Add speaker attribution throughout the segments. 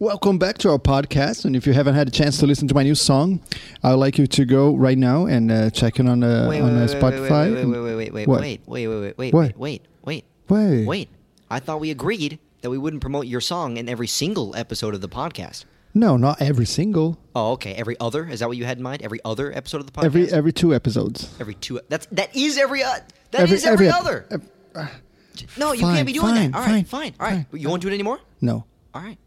Speaker 1: Welcome back to our podcast. And if you haven't had a chance to listen to my new song, I would like you to go right now and uh, check it on, uh,
Speaker 2: Wait,
Speaker 1: on uh,
Speaker 2: wait, wait, wait,
Speaker 1: Spotify.
Speaker 2: Wait, wait, wait, wait, wait,
Speaker 1: What?
Speaker 2: wait, wait, wait, wait, wait,
Speaker 1: What?
Speaker 2: wait, wait, wait,
Speaker 1: Wait.
Speaker 2: wait. I thought we agreed that we wouldn't promote your song in every single episode of the podcast.
Speaker 1: No, not every single.
Speaker 2: Oh, okay. Every other is that what you had in mind? Every other episode of the podcast.
Speaker 1: Every every two episodes.
Speaker 2: Every two. That's that is every. Uh, that is
Speaker 1: Every-
Speaker 2: every,
Speaker 1: every ep-
Speaker 2: other.
Speaker 1: ep-
Speaker 2: no, you
Speaker 1: fine,
Speaker 2: can't be doing
Speaker 1: fine,
Speaker 2: that. All right,
Speaker 1: fine,
Speaker 2: fine, all right.
Speaker 1: fine.
Speaker 2: You won't do it anymore.
Speaker 1: No.
Speaker 2: All right.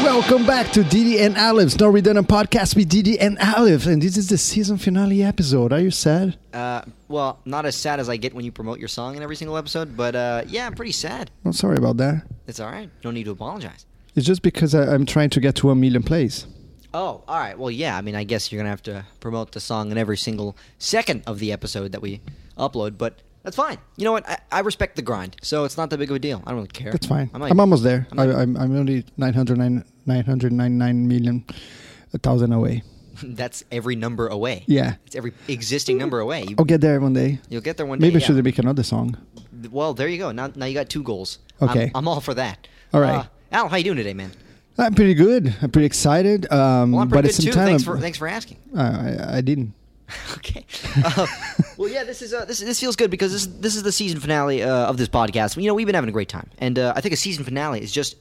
Speaker 1: Welcome back to Didi and Olives, No Redundant Podcast with Didi and Olive. And this is the season finale episode. Are you sad?
Speaker 2: Uh, well, not as sad as I get when you promote your song in every single episode, but uh, yeah, I'm pretty sad.
Speaker 1: I'm sorry about that.
Speaker 2: It's all right. No need to apologize.
Speaker 1: It's just because I, I'm trying to get to one million plays.
Speaker 2: Oh, all right. Well, yeah. I mean, I guess you're gonna have to promote the song in every single second of the episode that we upload, but that's fine. You know what? I, I respect the grind, so it's not that big of a deal. I don't really care.
Speaker 1: That's fine.
Speaker 2: I
Speaker 1: I'm,
Speaker 2: might-
Speaker 1: almost there.
Speaker 2: I
Speaker 1: I,
Speaker 2: might-
Speaker 1: I'm, I'm only 909 999 million, a thousand away.
Speaker 2: that's every number away.
Speaker 1: Yeah.
Speaker 2: it's every existing number away. You,
Speaker 1: I'll get there one day.
Speaker 2: You'll get there one
Speaker 1: Maybe
Speaker 2: day.
Speaker 1: I should
Speaker 2: yeah.
Speaker 1: make another song.
Speaker 2: Well, there you go. Now, now you got two goals.
Speaker 1: Okay.
Speaker 2: I'm, I'm all for that.
Speaker 1: All right.
Speaker 2: Uh, Al, how you doing today, man?
Speaker 1: I'm pretty good. I'm pretty excited. Um,
Speaker 2: Well, I'm
Speaker 1: but
Speaker 2: pretty
Speaker 1: at
Speaker 2: good
Speaker 1: some
Speaker 2: too.
Speaker 1: time,
Speaker 2: Thanks
Speaker 1: I'm-
Speaker 2: for thanks for asking.
Speaker 1: I, I, I didn't.
Speaker 2: okay. Uh, well, yeah, this is uh, this this feels good because this this is the season finale uh, of this podcast. You know, we've been having a great time, and uh, I think a season finale is just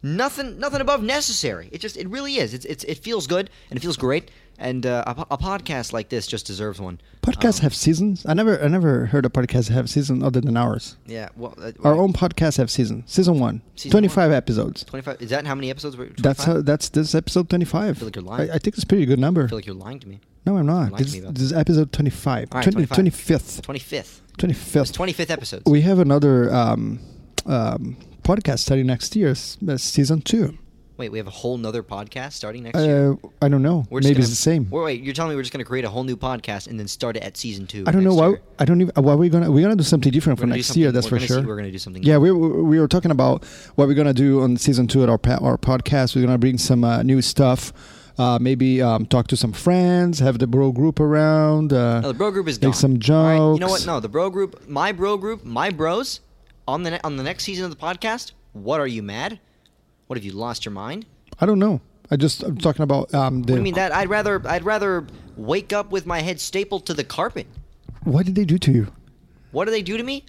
Speaker 2: nothing nothing above necessary. It just it really is. It's, it's it feels good and it feels great, and uh, a, po- a podcast like this just deserves one.
Speaker 1: Podcasts
Speaker 2: Um,
Speaker 1: have seasons. I never, I never heard a podcast have season other than ours.
Speaker 2: yeah. Well, uh,
Speaker 1: Our own podcasts have season. Season one,
Speaker 2: Season
Speaker 1: 25
Speaker 2: one.
Speaker 1: episodes.
Speaker 2: twenty five. Is that how many episodes? Were,
Speaker 1: That's
Speaker 2: 25?
Speaker 1: how. That's this episode 25.
Speaker 2: feel like you're lying.
Speaker 1: I, I think it's a pretty good number.
Speaker 2: I feel like you're lying to me.
Speaker 1: no, I'm
Speaker 2: you're
Speaker 1: not.
Speaker 2: lying to
Speaker 1: This,
Speaker 2: me about
Speaker 1: this is episode 25.
Speaker 2: All right,
Speaker 1: 20,
Speaker 2: 25.
Speaker 1: 25th.
Speaker 2: Twenty fifth.
Speaker 1: 25th.
Speaker 2: Twenty fifth episode.
Speaker 1: We have another um, um, podcast starting next year, s- uh, season two.
Speaker 2: Wait, we have a whole nother podcast starting next year.
Speaker 1: Uh, I don't know.
Speaker 2: We're just
Speaker 1: Maybe
Speaker 2: gonna-
Speaker 1: it's the same.
Speaker 2: Wait, wait, you're telling me we're just going to create a whole new podcast and then start it at season two?
Speaker 1: I don't know
Speaker 2: next
Speaker 1: why.
Speaker 2: year?
Speaker 1: I don't even. uh, Why we're gonna we're gonna do something different
Speaker 2: We're
Speaker 1: for
Speaker 2: gonna do
Speaker 1: next year.
Speaker 2: something-
Speaker 1: That's
Speaker 2: we're
Speaker 1: for
Speaker 2: gonna see-
Speaker 1: sure.
Speaker 2: we're gonna do something
Speaker 1: Yeah,
Speaker 2: new.
Speaker 1: we, we we were talking about what we're gonna do on season two at our pa- our podcast. We're gonna bring some uh, new stuff. Uh, maybe um, talk to some friends, have the bro group around. Uh,
Speaker 2: No, Oh, the bro group is
Speaker 1: make
Speaker 2: gone.
Speaker 1: some jokes.
Speaker 2: All right, You know what? No, the bro group, my bro group, my bros, on the ne- on the next season of the podcast. What are you mad? What have you lost your mind?
Speaker 1: I don't know. I just I'm talking about um, the.
Speaker 2: I mean that I'd rather I'd rather wake up with my head stapled to the carpet.
Speaker 1: what did they do to you?
Speaker 2: What do they do to me?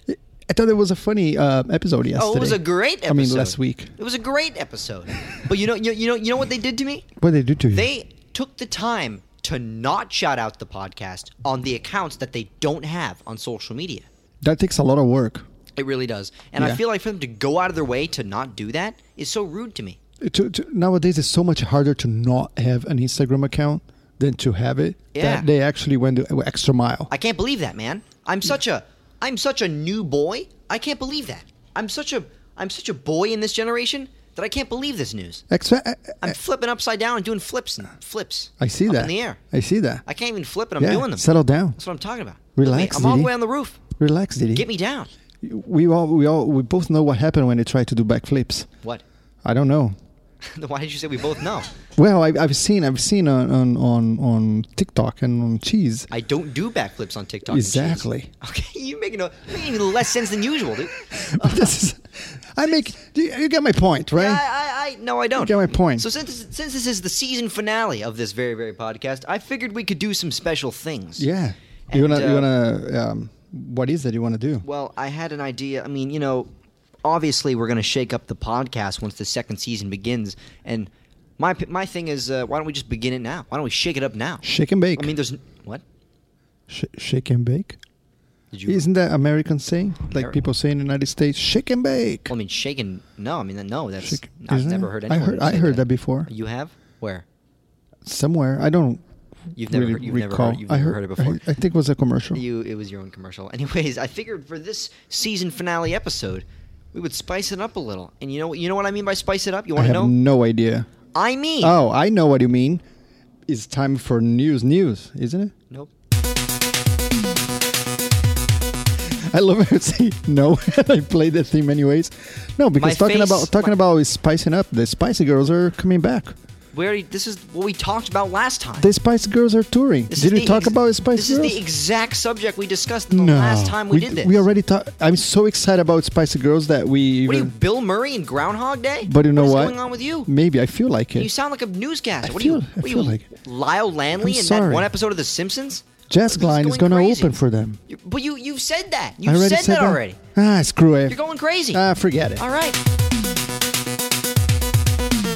Speaker 1: I thought it was a funny uh, episode yesterday.
Speaker 2: Oh, it was a great episode.
Speaker 1: I mean, last week.
Speaker 2: It was a great episode. but you know, you, you know, you know what they did to me?
Speaker 1: What did they do to you?
Speaker 2: They took the time to not shout out the podcast on the accounts that they don't have on social media.
Speaker 1: that takes a lot of work.
Speaker 2: It really does. And
Speaker 1: Yeah.
Speaker 2: I feel like for them to go out of their way to not do that is so rude to me.
Speaker 1: to, to, nowadays it's so much harder to not have an Instagram account than to have it.
Speaker 2: Yeah.
Speaker 1: That they actually went the extra mile.
Speaker 2: I can't believe that, man. I'm such a I'm such a new boy. I can't believe that. I'm such a I'm such a boy in this generation that I can't believe this news.
Speaker 1: Expe-
Speaker 2: I'm flipping upside down and doing flips and flips.
Speaker 1: I see
Speaker 2: up
Speaker 1: that.
Speaker 2: in the air.
Speaker 1: I see that.
Speaker 2: I can't even flip and I'm
Speaker 1: yeah.
Speaker 2: doing them.
Speaker 1: Settle down.
Speaker 2: That's what I'm talking about. Look at me.
Speaker 1: Relax,
Speaker 2: I'm all the
Speaker 1: Didi.
Speaker 2: way on the roof.
Speaker 1: Relax, Didi.
Speaker 2: Get me down.
Speaker 1: We all, we all, we both know what happened when they tried to do backflips.
Speaker 2: What?
Speaker 1: I don't know.
Speaker 2: Then Why did you say we both know?
Speaker 1: Well, I, I've seen, I've seen on on on, on TikTok and on cheese.
Speaker 2: I don't do backflips on TikTok. and shit.
Speaker 1: Exactly.
Speaker 2: Okay, you're making, no, you're making even less sense than usual, dude.
Speaker 1: But this is, I make. do You, you get my point, right?
Speaker 2: I, I, I, no, I don't.
Speaker 1: get my point.
Speaker 2: So since this, since this is the season finale of this very, very podcast, I figured we could do some special things.
Speaker 1: yeah.
Speaker 2: And,
Speaker 1: you wanna, you
Speaker 2: uh,
Speaker 1: wanna. Um, what is that you wanna do?
Speaker 2: Well, I had an idea. I mean, you know, obviously we're going to shake up the podcast once the second season begins, and my p- my thing is, uh, why don't we just begin it now? Why don't we shake it up now?
Speaker 1: Shake and bake.
Speaker 2: I mean, there's n- what
Speaker 1: Sh- shake and bake.
Speaker 2: did you?
Speaker 1: Isn't that American saying? Like
Speaker 2: Ameri-
Speaker 1: people say in the United States, shake and bake.
Speaker 2: Well, I mean, shaking. No, I mean, no. That's
Speaker 1: Shake-
Speaker 2: I've
Speaker 1: isn't
Speaker 2: never
Speaker 1: it?
Speaker 2: heard
Speaker 1: I
Speaker 2: anyone.
Speaker 1: heard-
Speaker 2: say
Speaker 1: I heard that before.
Speaker 2: You have where?
Speaker 1: Somewhere I don't.
Speaker 2: You've never
Speaker 1: really
Speaker 2: heard- you've never
Speaker 1: recall.
Speaker 2: heard- you've
Speaker 1: I
Speaker 2: never heard it before.
Speaker 1: I, I think it was a commercial.
Speaker 2: You. It was your own commercial. Anyways, I figured for this season finale episode, we would spice it up a little. And you know, you know what I mean by spice it up. You
Speaker 1: I
Speaker 2: want to
Speaker 1: have
Speaker 2: know?
Speaker 1: no idea.
Speaker 2: I mean.
Speaker 1: Oh, I know what you mean. It's time for news, news, isn't it?
Speaker 2: Nope.
Speaker 1: I love it. when you Say no, and I play the theme anyways. No, because talking
Speaker 2: face-
Speaker 1: about talking
Speaker 2: my-
Speaker 1: about is spicing up. The Spicy Girls are coming back.
Speaker 2: we already, this is what we talked about last time.
Speaker 1: The Spice Girls are touring.
Speaker 2: This
Speaker 1: Did you
Speaker 2: is the
Speaker 1: talk
Speaker 2: ex-
Speaker 1: about Spice
Speaker 2: This
Speaker 1: Girls?
Speaker 2: is the exact subject we discussed the last time we, did this.
Speaker 1: We already talked. I'm so excited about Spice Girls that we
Speaker 2: What are you,
Speaker 1: even.
Speaker 2: Bill Murray and Groundhog Day?
Speaker 1: but you know
Speaker 2: what's
Speaker 1: what?
Speaker 2: going on with you?
Speaker 1: Maybe I feel like it.
Speaker 2: You sound like a newscaster.
Speaker 1: I
Speaker 2: what
Speaker 1: feel-
Speaker 2: are you?
Speaker 1: I
Speaker 2: what are
Speaker 1: feel
Speaker 2: you,
Speaker 1: like-
Speaker 2: Lyle Lanley
Speaker 1: I'm
Speaker 2: in
Speaker 1: sorry.
Speaker 2: that one episode of The Simpsons.
Speaker 1: Jazz Gline is
Speaker 2: going
Speaker 1: gonna
Speaker 2: crazy.
Speaker 1: open for them.
Speaker 2: You- But you you've said
Speaker 1: I
Speaker 2: that. You've
Speaker 1: already
Speaker 2: said,
Speaker 1: said
Speaker 2: that, already.
Speaker 1: Ah, screw it.
Speaker 2: You're going crazy.
Speaker 1: ah, forget it.
Speaker 2: All right.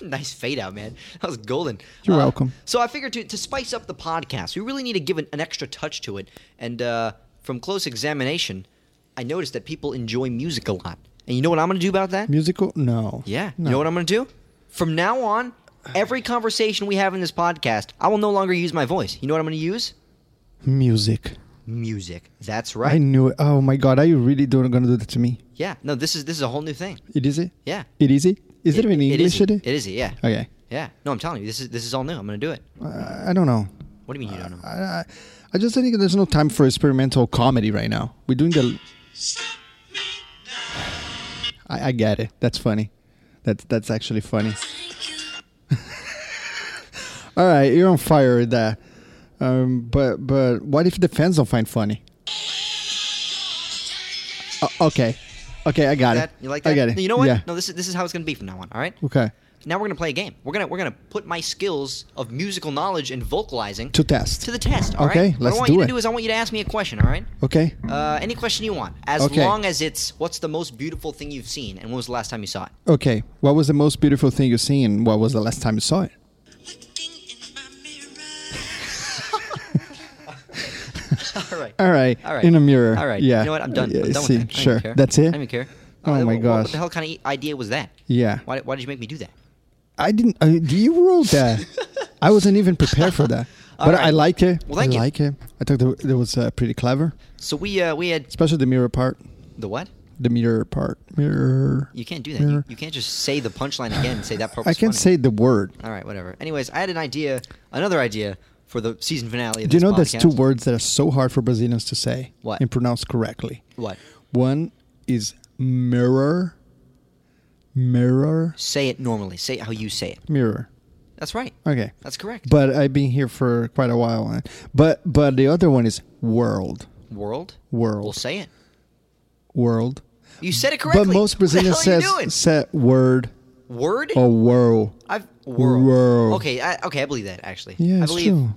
Speaker 2: nice fade out, man. That was golden. Uh,
Speaker 1: You're welcome.
Speaker 2: So I figured to, to spice up the podcast, we really need to give an, an extra touch to it. And uh, from close examination, I noticed that people enjoy music a lot. And you know what I'm going to do about that?
Speaker 1: Musical? No.
Speaker 2: Yeah.
Speaker 1: No.
Speaker 2: You know what I'm going to do? From now on, every conversation we have in this podcast, I will no longer use my voice. You know what I'm going to use?
Speaker 1: Music.
Speaker 2: Music. That's
Speaker 1: I
Speaker 2: right.
Speaker 1: knew it. Oh my god, are you really doing gonna do that to me?
Speaker 2: Yeah. No, this is this is a whole new thing.
Speaker 1: It is it?
Speaker 2: Yeah.
Speaker 1: It is it? Is it, even
Speaker 2: it
Speaker 1: English
Speaker 2: is it.
Speaker 1: today?
Speaker 2: It is it, yeah.
Speaker 1: Okay.
Speaker 2: Yeah. No, I'm telling you, this is this is all new. I'm gonna do it.
Speaker 1: Uh, I don't know.
Speaker 2: What do you mean you don't know?
Speaker 1: I, I, I just think there's no time for experimental comedy right now. We're doing the. I, I get it. That's funny. That's that's actually funny. All right, you're on fire with that. Um, but but what if the fans don't find funny? O- okay, okay, I got
Speaker 2: That,
Speaker 1: it.
Speaker 2: you like that?
Speaker 1: I got it.
Speaker 2: You know what?
Speaker 1: Yeah.
Speaker 2: No, this is this is how it's gonna be from now on. All right.
Speaker 1: Okay.
Speaker 2: Now we're gonna play a game. We're gonna we're gonna put my skills of musical knowledge and vocalizing
Speaker 1: To test.
Speaker 2: to the test. all right?
Speaker 1: Okay,
Speaker 2: What
Speaker 1: let's
Speaker 2: I want
Speaker 1: do
Speaker 2: you to
Speaker 1: it.
Speaker 2: do is I want you to ask me a question. All right.
Speaker 1: Okay.
Speaker 2: Uh, any question you want, as
Speaker 1: Okay.
Speaker 2: long as it's what's the most beautiful thing you've seen and when was the last time you saw it.
Speaker 1: Okay. What was the most beautiful thing you've seen? and What was the last time you saw it?
Speaker 2: all right.
Speaker 1: All right.
Speaker 2: All right.
Speaker 1: In a mirror.
Speaker 2: All right.
Speaker 1: Er, Yeah.
Speaker 2: You know what? I'm done.
Speaker 1: Yeah,
Speaker 2: I'm done
Speaker 1: see,
Speaker 2: with that. I don't
Speaker 1: Sure.
Speaker 2: care.
Speaker 1: That's
Speaker 2: I
Speaker 1: it.
Speaker 2: don't even care.
Speaker 1: Oh
Speaker 2: Uh,
Speaker 1: my
Speaker 2: what-
Speaker 1: gosh.
Speaker 2: What the hell kind of idea was that?
Speaker 1: Yeah.
Speaker 2: Why, why did you make me do that?
Speaker 1: I didn't. I, you wrote that. I wasn't even prepared for that.
Speaker 2: All
Speaker 1: But I
Speaker 2: right.
Speaker 1: like it.
Speaker 2: Well, thank
Speaker 1: I
Speaker 2: you.
Speaker 1: like it. I thought that that was uh, pretty clever,
Speaker 2: So we uh, we had
Speaker 1: especially the mirror part.
Speaker 2: the what?
Speaker 1: The mirror part. Mirror.
Speaker 2: You can't do that. You,
Speaker 1: Mirror.
Speaker 2: you can't just say the punchline again and say that part.
Speaker 1: I
Speaker 2: was
Speaker 1: can't
Speaker 2: funny.
Speaker 1: say the word.
Speaker 2: All right, whatever. Anyways, I had an idea, another idea for the season finale. Of
Speaker 1: Do you
Speaker 2: this
Speaker 1: know there's
Speaker 2: podcast.
Speaker 1: two words that are so hard for Brazilians to say
Speaker 2: What?
Speaker 1: and pronounce correctly?
Speaker 2: What?
Speaker 1: One is mirror. Mirror.
Speaker 2: Say it normally. Say it how you say it.
Speaker 1: Mirror.
Speaker 2: That's right.
Speaker 1: Okay.
Speaker 2: That's correct.
Speaker 1: But I've been here for quite a while. eh? But but the other one is world,
Speaker 2: World.
Speaker 1: World.
Speaker 2: We'll say it.
Speaker 1: world.
Speaker 2: You said it correctly.
Speaker 1: But most Brazilians
Speaker 2: what the hell
Speaker 1: says
Speaker 2: are you doing?
Speaker 1: said word
Speaker 2: word.
Speaker 1: or whirl.
Speaker 2: I've world.
Speaker 1: World.
Speaker 2: Okay. I, okay. I believe that actually.
Speaker 1: Yeah,
Speaker 2: I
Speaker 1: it's
Speaker 2: believe.
Speaker 1: true.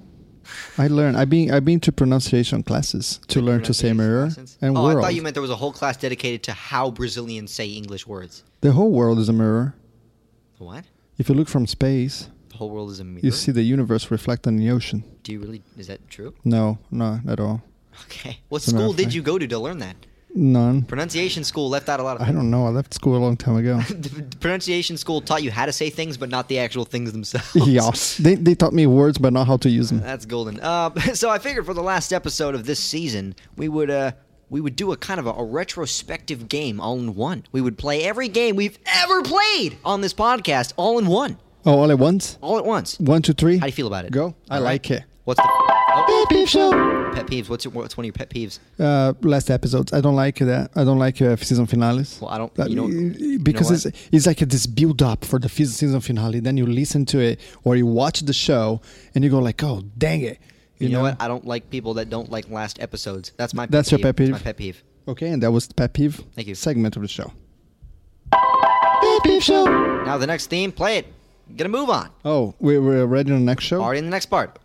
Speaker 1: I learned. I've been I've been to pronunciation classes to learn to say mirror and
Speaker 2: oh,
Speaker 1: world.
Speaker 2: I thought you meant there was a whole class dedicated to how Brazilians say English words.
Speaker 1: the whole world is a mirror.
Speaker 2: What?
Speaker 1: If you look from space,
Speaker 2: The whole world is a mirror.
Speaker 1: you see the universe reflected in the ocean.
Speaker 2: Do you really? Is that true?
Speaker 1: No, not at all.
Speaker 2: Okay. What
Speaker 1: a matter
Speaker 2: school
Speaker 1: of
Speaker 2: did
Speaker 1: fact.
Speaker 2: you go to to learn that?
Speaker 1: None.
Speaker 2: Pronunciation school left out a lot of
Speaker 1: I don't know. I left school a long time ago.
Speaker 2: The pronunciation school taught you how to say things, but not the actual things themselves.
Speaker 1: yeah, they they taught me words, but not how to use them.
Speaker 2: That's golden. Uh, so I figured for the last episode of this season, we would uh, we would do a kind of a, a retrospective game all in one. We would play every game we've ever played on this podcast all in one,
Speaker 1: Oh, all at once.
Speaker 2: all at once.
Speaker 1: One, two, three.
Speaker 2: How do you feel about it?
Speaker 1: Go. I
Speaker 2: All right.
Speaker 1: like it.
Speaker 2: What's the oh,
Speaker 1: Beep, beep, show.
Speaker 2: pet peeves? What's your, what's one of your pet peeves?
Speaker 1: Uh, last episodes. I don't like that. I don't like uh, season finales.
Speaker 2: Well, I don't-
Speaker 1: That-
Speaker 2: you know- you know
Speaker 1: because
Speaker 2: what?
Speaker 1: it's it's like this build up for the fis- season finale. Then you listen to it or you watch the show and you go like, oh dang it.
Speaker 2: You, know, what? I don't like people that don't like last episodes. That's my. Pet
Speaker 1: That's your
Speaker 2: peeve.
Speaker 1: pet
Speaker 2: That's my
Speaker 1: peeve?
Speaker 2: pet peeve.
Speaker 1: Okay, and that was the pet peeve.
Speaker 2: Thank you.
Speaker 1: Segment of the show. Pet peeve show.
Speaker 2: Now the next theme, play it. Gonna move on.
Speaker 1: Oh, we we're ready on the next show.
Speaker 2: Already in the next part.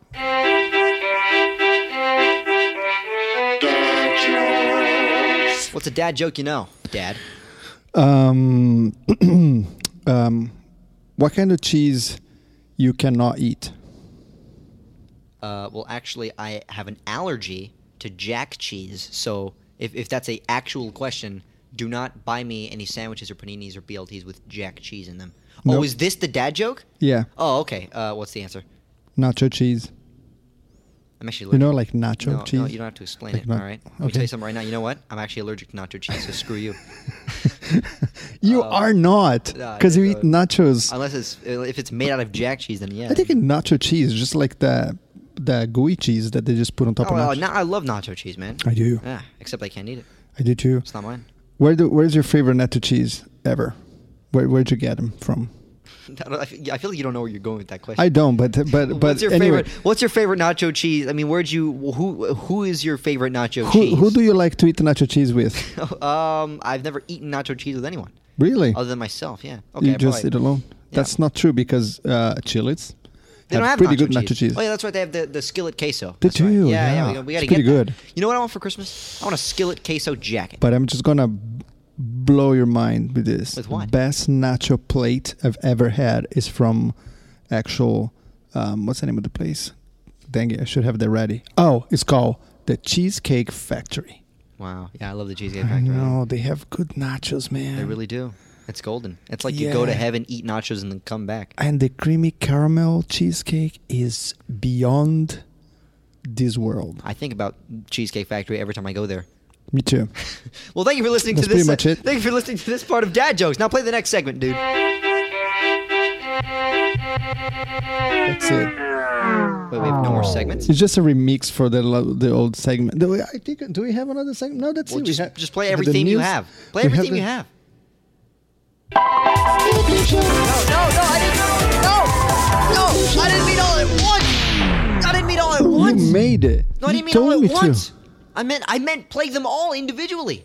Speaker 2: What's a dad joke you know, Dad?
Speaker 1: Um, um, what kind of cheese you cannot eat?
Speaker 2: Uh, well, actually, I have an allergy to jack cheese, so if, if that's a actual question, do not buy me any sandwiches or paninis or BLTs with jack cheese in them. Oh,
Speaker 1: Nope.
Speaker 2: is this the dad joke?
Speaker 1: Yeah,
Speaker 2: Oh, okay. Uh, what's the answer?
Speaker 1: nacho cheese.
Speaker 2: I'm actually allergic.
Speaker 1: You know, like nacho
Speaker 2: no,
Speaker 1: cheese.
Speaker 2: no, you don't have to explain
Speaker 1: Like
Speaker 2: it.
Speaker 1: not-
Speaker 2: all right, let me tell
Speaker 1: okay.
Speaker 2: you something right now. You know what? I'm actually allergic to nacho cheese, so screw you.
Speaker 1: You
Speaker 2: Uh,
Speaker 1: are not,
Speaker 2: nah,
Speaker 1: because you
Speaker 2: yeah,
Speaker 1: eat
Speaker 2: no.
Speaker 1: nachos.
Speaker 2: Unless it's uh, if it's made out of jack cheese, then yeah.
Speaker 1: I think in nacho cheese, just like the the gooey cheese that they just put on top
Speaker 2: Oh,
Speaker 1: of
Speaker 2: well,
Speaker 1: nachos.
Speaker 2: na- I love nacho cheese, man.
Speaker 1: I do.
Speaker 2: Yeah, except I can't eat it.
Speaker 1: I do too.
Speaker 2: It's not mine.
Speaker 1: Where do, where's your favorite nacho cheese ever? Where where'd you get them from?
Speaker 2: I don't- I feel I feel like you don't know where you're going with that question.
Speaker 1: I don't, but but but
Speaker 2: what's your
Speaker 1: anyway,
Speaker 2: favorite? What's your favorite nacho cheese? I mean, where'd you? Who who is your favorite nacho
Speaker 1: who
Speaker 2: cheese?
Speaker 1: who do you like to eat nacho cheese with?
Speaker 2: um, I've never eaten nacho cheese with anyone
Speaker 1: Really?
Speaker 2: other than myself. Yeah. Oh, Okay.
Speaker 1: you just
Speaker 2: probably-
Speaker 1: eat alone. That's not true because uh, Chili's
Speaker 2: They don't have
Speaker 1: pretty
Speaker 2: nacho
Speaker 1: good nacho cheese.
Speaker 2: Oh yeah, that's right. They have the, the skillet queso.
Speaker 1: They
Speaker 2: That's right.
Speaker 1: do,
Speaker 2: Yeah,
Speaker 1: yeah.
Speaker 2: we, we gotta
Speaker 1: It's pretty
Speaker 2: get that.
Speaker 1: good.
Speaker 2: You know what I want for Christmas? I want a skillet queso jacket.
Speaker 1: But I'm just gonna b- blow your mind with this.
Speaker 2: With what?
Speaker 1: Best nacho plate I've ever had is from actual. Um, what's the name of the place? Dang it! I should have that ready. Oh, it's called the Cheesecake Factory.
Speaker 2: wow. Yeah, I love the cheesecake
Speaker 1: I
Speaker 2: factory.
Speaker 1: know they have good nachos, man.
Speaker 2: Mm-hmm. They really do. It's golden. It's like you go to
Speaker 1: Yeah.
Speaker 2: heaven, eat nachos, and then come back.
Speaker 1: and the creamy caramel cheesecake is beyond this world.
Speaker 2: I think about Cheesecake Factory every time I go there.
Speaker 1: Me too.
Speaker 2: Well, thank you for listening
Speaker 1: That's
Speaker 2: to this.
Speaker 1: pretty much it.
Speaker 2: Thank you for listening to this part of Dad Jokes. Now play the next segment, dude.
Speaker 1: That's it.
Speaker 2: Wait, we have no more segments.
Speaker 1: It's just a remix for the lo- the old segment. Do we, I think do we have another segment? No, that's
Speaker 2: Well,
Speaker 1: it. We
Speaker 2: just,
Speaker 1: have-
Speaker 2: just play
Speaker 1: the- the
Speaker 2: every theme you
Speaker 1: news-
Speaker 2: have. Play
Speaker 1: we have
Speaker 2: everything
Speaker 1: the-
Speaker 2: you have.
Speaker 3: No, no, I didn't. No, no, I didn't mean all at once. I didn't mean all at
Speaker 1: You
Speaker 3: once.
Speaker 1: made it.
Speaker 2: No, I
Speaker 1: You
Speaker 2: didn't mean all
Speaker 1: told
Speaker 2: at
Speaker 1: me to.
Speaker 2: once. I meant I meant play them all individually.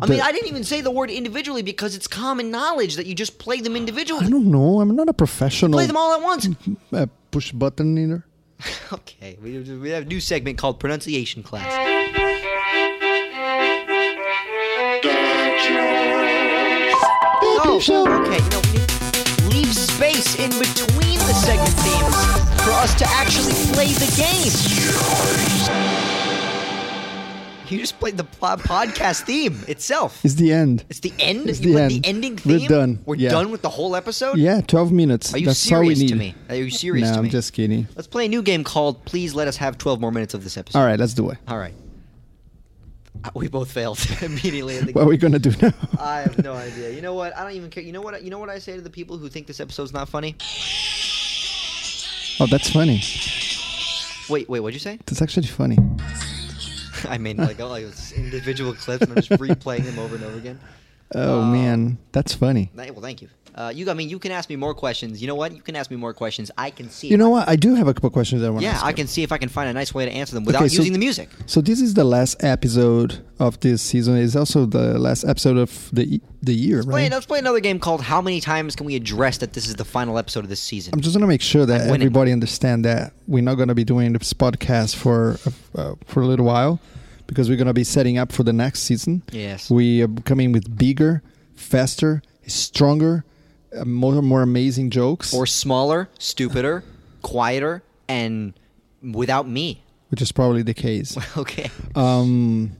Speaker 2: I
Speaker 1: The-
Speaker 2: mean, I didn't even say the word individually because it's common knowledge that you just play them
Speaker 1: I
Speaker 2: individually.
Speaker 1: don't know. I'm not a professional.
Speaker 2: Play them all at once.
Speaker 1: Uh, push button either.
Speaker 2: okay, we, we have a new segment called pronunciation class. No, Oh, okay, you know, we need to leave space in between the segment themes for us to actually play the game. You just played the po- podcast theme itself.
Speaker 1: It's the end.
Speaker 2: It's the end.
Speaker 1: It's
Speaker 2: you
Speaker 1: the
Speaker 2: put
Speaker 1: end.
Speaker 2: the ending
Speaker 1: We're
Speaker 2: theme.
Speaker 1: done.
Speaker 2: We're
Speaker 1: Yeah.
Speaker 2: done with the whole episode.
Speaker 1: Yeah, 12 minutes.
Speaker 2: Are you
Speaker 1: That's all we
Speaker 2: serious
Speaker 1: need.
Speaker 2: to me? Are you serious
Speaker 1: no,
Speaker 2: to
Speaker 1: I'm
Speaker 2: me?
Speaker 1: just kidding.
Speaker 2: Let's play a new game called "Please Let Us Have 12 More Minutes of This Episode."
Speaker 1: All right, let's do it.
Speaker 2: All right. Uh, We both failed immediately. in the
Speaker 1: What are we gonna do now?
Speaker 2: I have no idea. You know what? I don't even care. You know what? You know what I say to the people who think this episode's not funny?
Speaker 1: oh, that's funny.
Speaker 2: Wait, wait. What'd you say?
Speaker 1: That's actually funny.
Speaker 2: I mean, like all those individual clips, and I'm just replaying them over and over again.
Speaker 1: Oh
Speaker 2: Uh,
Speaker 1: man, that's funny.
Speaker 2: Hey, Well, thank you. Uh, you. I mean, you can ask me more questions. You know what? You can ask me more questions. I can see.
Speaker 1: You
Speaker 2: if
Speaker 1: know what? I do have a couple questions that I want to
Speaker 2: Yeah,
Speaker 1: ask
Speaker 2: I
Speaker 1: you.
Speaker 2: can see if I can find a nice way to answer them without
Speaker 1: Okay, so-
Speaker 2: using the music.
Speaker 1: So this is the last episode of this season. It's also the last episode of the the year,
Speaker 2: Play,
Speaker 1: right?
Speaker 2: let's play another game called "How many times can we address that this is the final episode of this season?"
Speaker 1: I'm just gonna make sure that
Speaker 2: I'm winning.
Speaker 1: everybody understand that we're not gonna be doing this podcast for uh, for a little while because we're gonna be setting up for the next season.
Speaker 2: Yes.
Speaker 1: we are coming with bigger, faster, stronger, uh, more more amazing jokes,
Speaker 2: or smaller, stupider, quieter, and without me.
Speaker 1: which is probably the case,
Speaker 2: Okay,
Speaker 1: um,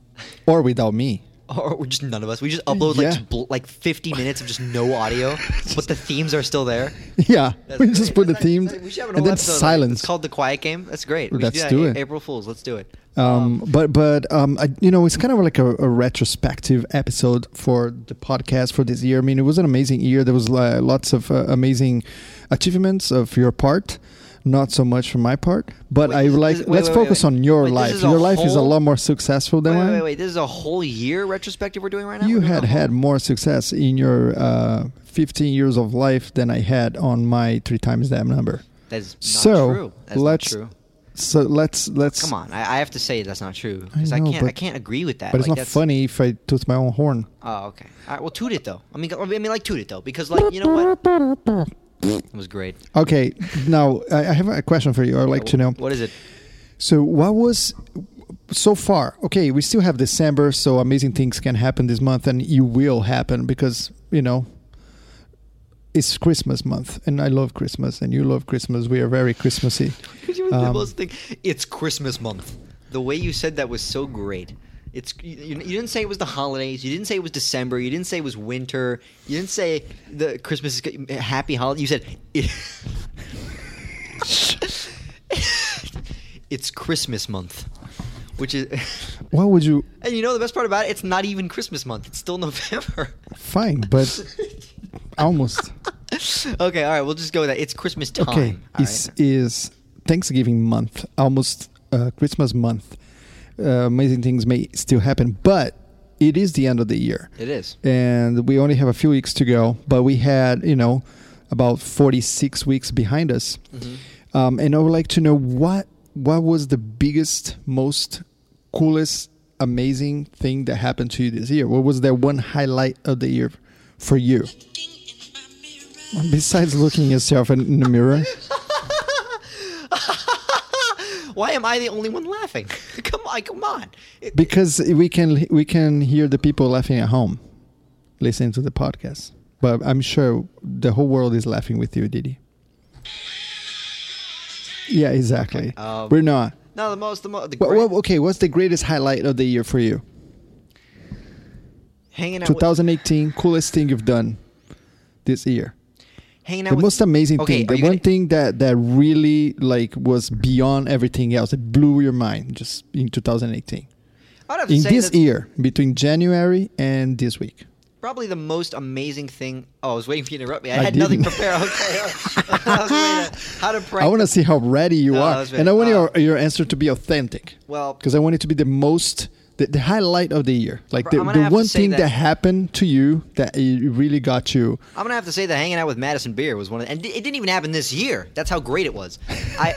Speaker 1: or without me.
Speaker 2: or we're just none of us. We just upload
Speaker 1: Yeah.
Speaker 2: like just bl- like 50 minutes of just no audio, but the themes are still there.
Speaker 1: Yeah,
Speaker 2: That's
Speaker 1: we
Speaker 2: great.
Speaker 1: just put the
Speaker 2: That's actually-
Speaker 1: themes
Speaker 2: that's- we should have an
Speaker 1: and
Speaker 2: whole
Speaker 1: then
Speaker 2: episode on it.
Speaker 1: silence.
Speaker 2: It's called the Quiet Game. That's great. We should
Speaker 1: Let's
Speaker 2: that.
Speaker 1: do
Speaker 2: A-
Speaker 1: it.
Speaker 2: April Fools. Let's do it.
Speaker 1: Um, but but um, I, you know, it's kind of like a, a retrospective episode for the podcast for this year. I mean, it was an amazing year. There was uh, lots of uh, amazing achievements of your part. Not so much from my part, but
Speaker 2: Wait,
Speaker 1: I
Speaker 2: this-
Speaker 1: would like
Speaker 2: this- wait,
Speaker 1: let's
Speaker 2: wait, wait,
Speaker 1: focus
Speaker 2: wait.
Speaker 1: on your
Speaker 2: Wait, this
Speaker 1: life.
Speaker 2: is a
Speaker 1: Your life is a
Speaker 2: whole-
Speaker 1: lot more successful than
Speaker 2: Wait, wait,
Speaker 1: mine.
Speaker 2: wait, wait. This is a whole year retrospective we're doing right now.
Speaker 1: You
Speaker 2: We're doing
Speaker 1: had
Speaker 2: a whole-
Speaker 1: had more success in your uh, 15 years of life than I had on my three times that number.
Speaker 2: That's not
Speaker 1: so
Speaker 2: true. That's
Speaker 1: let's
Speaker 2: not true.
Speaker 1: so let's let's
Speaker 2: Come on, I, I have to say that's not true
Speaker 1: I
Speaker 2: because I,
Speaker 1: know,
Speaker 2: can't. I
Speaker 1: but-
Speaker 2: can't agree with that.
Speaker 1: But it's
Speaker 2: Like,
Speaker 1: not
Speaker 2: that's-
Speaker 1: funny if I toot my own horn.
Speaker 2: Oh, okay. All right, well, toot it though. I mean, I mean, like toot it though, because like you know what? It was great.
Speaker 1: Okay, now I I have a question for you. I'd like to know.
Speaker 2: What is it?
Speaker 1: So, what was so far? Okay, we still have December, so amazing things can happen this month, and you will happen because you know it's Christmas month, and I love Christmas, and you love Christmas. We are very Christmassy.
Speaker 2: Could you the
Speaker 1: Um,
Speaker 2: most thing? It's Christmas month. The way you said that was so great. It's you, you didn't say it was the holidays. You didn't say it was December. You didn't say it was winter. You didn't say the Christmas is g- happy holiday. You said it, it's Christmas month, which is.
Speaker 1: What would you?
Speaker 2: And you know the best part about it? It's not even Christmas month. It's still November.
Speaker 1: Fine, but almost.
Speaker 2: okay, all right. We'll just go with that. It's Christmas time.
Speaker 1: Okay,
Speaker 2: all
Speaker 1: is
Speaker 2: right?
Speaker 1: is Thanksgiving month almost uh, Christmas month? Uh, amazing things may still happen, but it is the end of the year,
Speaker 2: It is.
Speaker 1: and we only have a few weeks to go. But we had, you know, about 46 weeks behind us.
Speaker 2: Mm-hmm.
Speaker 1: Um, and I would like to know what what was the biggest, most coolest, amazing thing that happened to you this year? What was that one highlight of the year for you? Besides looking yourself in, in the mirror,
Speaker 2: Why am I the only one laughing? come on, come on. It-
Speaker 1: because we can we can hear the people laughing at home, listening to the podcast. But I'm sure the whole world is laughing with you, Didi. Yeah, exactly.
Speaker 2: um,
Speaker 1: We're not.
Speaker 2: no, the most, the most, the
Speaker 1: But,
Speaker 2: great-
Speaker 1: well, okay, what's the greatest highlight of the year for you?
Speaker 2: hanging out, with,
Speaker 1: 2018, coolest thing you've done this year.
Speaker 2: hanging out
Speaker 1: The
Speaker 2: with-
Speaker 1: most amazing
Speaker 2: Okay,
Speaker 1: thing,
Speaker 2: are
Speaker 1: the
Speaker 2: you
Speaker 1: one
Speaker 2: gonna-
Speaker 1: thing that that really like was beyond everything else. It blew your mind just in 2018.
Speaker 2: I'd have to
Speaker 1: In
Speaker 2: say
Speaker 1: this
Speaker 2: that
Speaker 1: year, between January and this week.
Speaker 2: probably the most amazing thing. Oh, I was waiting for you to interrupt me. I,
Speaker 1: I
Speaker 2: had nothing
Speaker 1: didn't.
Speaker 2: prepared. Okay, I was waiting. How to practice?
Speaker 1: I want to see how ready you
Speaker 2: No,
Speaker 1: are,
Speaker 2: that's
Speaker 1: and I
Speaker 2: right.
Speaker 1: want
Speaker 2: Uh,
Speaker 1: your your answer to be authentic.
Speaker 2: Well-
Speaker 1: because I want it to be the most the, the highlight of the year, like the,
Speaker 2: I'm gonna
Speaker 1: the
Speaker 2: have to
Speaker 1: one
Speaker 2: say
Speaker 1: thing that.
Speaker 2: that-
Speaker 1: happened to you that it really got you.
Speaker 2: I'm gonna have to say that hanging out with Madison Beer was one of, and it didn't even happen this year. That's how great it was. I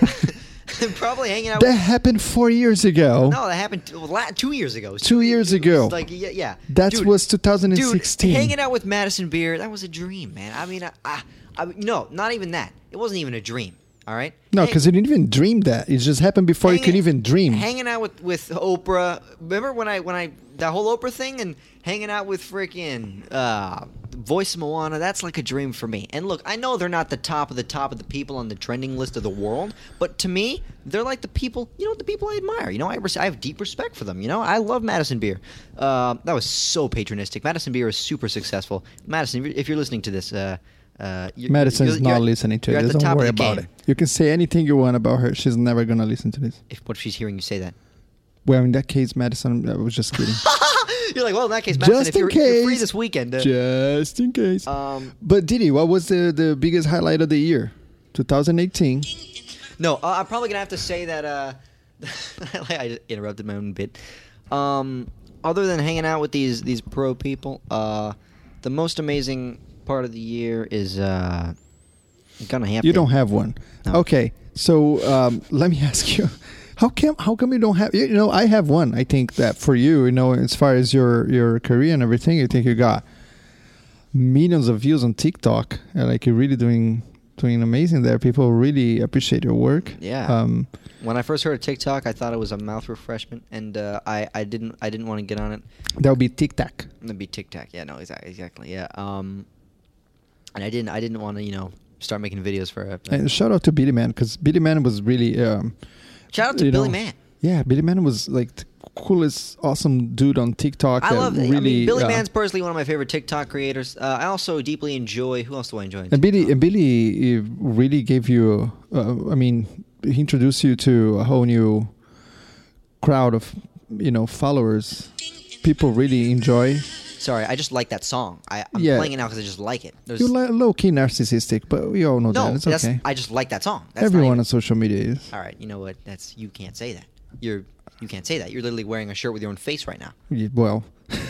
Speaker 2: probably hanging out.
Speaker 1: That
Speaker 2: with
Speaker 1: happened four years ago.
Speaker 2: No, that happened t- la- two years ago. It was
Speaker 1: Two years
Speaker 2: it was
Speaker 1: ago.
Speaker 2: Like yeah, yeah.
Speaker 1: That
Speaker 2: Dude,
Speaker 1: was
Speaker 2: dude,
Speaker 1: 2016.
Speaker 2: hanging out with Madison Beer, that was a dream, man. I mean, I, I, I no, not even that. It wasn't even a dream. All right.
Speaker 1: No,
Speaker 2: Hang-
Speaker 1: because you didn't even dream that. It just happened before you
Speaker 2: hanging-
Speaker 1: could even dream.
Speaker 2: Hanging out with with Oprah. Remember when I when I that whole Oprah thing and hanging out with freaking uh, Voice of Moana. That's like a dream for me. And look, I know they're not the top of the top of the people on the trending list of the world, but to me, they're like the people. You know, the people I admire. You know, I, res- I have deep respect for them. You know, I love Madison Beer. Uh, that was so patronistic. Madison Beer is super successful. Madison, if you're, if you're listening to this. Uh, uh, you're,
Speaker 1: Madison's
Speaker 2: you're-
Speaker 1: not
Speaker 2: you're-
Speaker 1: listening to
Speaker 2: you're
Speaker 1: it.
Speaker 2: at the
Speaker 1: Just
Speaker 2: top
Speaker 1: don't worry
Speaker 2: of the
Speaker 1: about
Speaker 2: game.
Speaker 1: it. You can say anything you want about her. She's never gonna listen to this.
Speaker 2: If, what if she's hearing you say that?
Speaker 1: Well, in that case, Madison, I was just kidding.
Speaker 2: You're like, well, in that case, Madison,
Speaker 1: just
Speaker 2: if
Speaker 1: in
Speaker 2: you're, if
Speaker 1: case.
Speaker 2: you're free this weekend, uh,
Speaker 1: just in case.
Speaker 2: Um,
Speaker 1: but Didi, what was the the biggest highlight of the year? 2018.
Speaker 2: no, uh, I'm probably gonna have to say that. Uh, I just interrupted my own bit. Um, other than hanging out with these these pro people, uh, the most amazing part of the year is uh, gonna happen.
Speaker 1: You don't have one.
Speaker 2: No.
Speaker 1: Okay, so um, let me ask you, how come how come you don't have? You know, I have one. I think that for you, you know, as far as your your career and everything, I think you got millions of views on TikTok. Uh, Like you're really doing doing amazing there. People really appreciate your work.
Speaker 2: Yeah.
Speaker 1: Um,
Speaker 2: When I first heard of TikTok, I thought it was a mouth refreshment, and uh, I I didn't I didn't want to get on it.
Speaker 1: that would be TikTok.
Speaker 2: That'd be Tic Tac. Yeah, no, exactly, exactly. Yeah. Um, and I didn't I didn't want to you know start making videos for it.
Speaker 1: And shout out to Billy Man because Billy Man was really. Um,
Speaker 2: Shout out to
Speaker 1: you
Speaker 2: Billy
Speaker 1: know,
Speaker 2: Mann.
Speaker 1: Yeah, Billy Man was like the coolest, awesome dude on TikTok.
Speaker 2: I
Speaker 1: that
Speaker 2: love.
Speaker 1: really
Speaker 2: I mean, Billy
Speaker 1: uh,
Speaker 2: Mann's personally one of my favorite TikTok creators. Uh, I also deeply enjoy. Who else do I enjoy? Uh, on
Speaker 1: And Billy,
Speaker 2: TikTok?
Speaker 1: and Billy eh, really gave you. Uh, I mean, he introduced you to a whole new crowd of, you know, followers. People really enjoy.
Speaker 2: Sorry, I just like that song. I, I'm
Speaker 1: Yeah.
Speaker 2: playing it now because I just like it. There's,
Speaker 1: You're like low key narcissistic, but we all know
Speaker 2: no,
Speaker 1: that. It's
Speaker 2: that's,
Speaker 1: okay.
Speaker 2: I just like that song. That's not
Speaker 1: Everyone
Speaker 2: even-
Speaker 1: on social media is.
Speaker 2: all right, you know what? That's you can't say that. You're you can't say that. You're literally wearing a shirt with your own face right now.
Speaker 1: Yeah, well,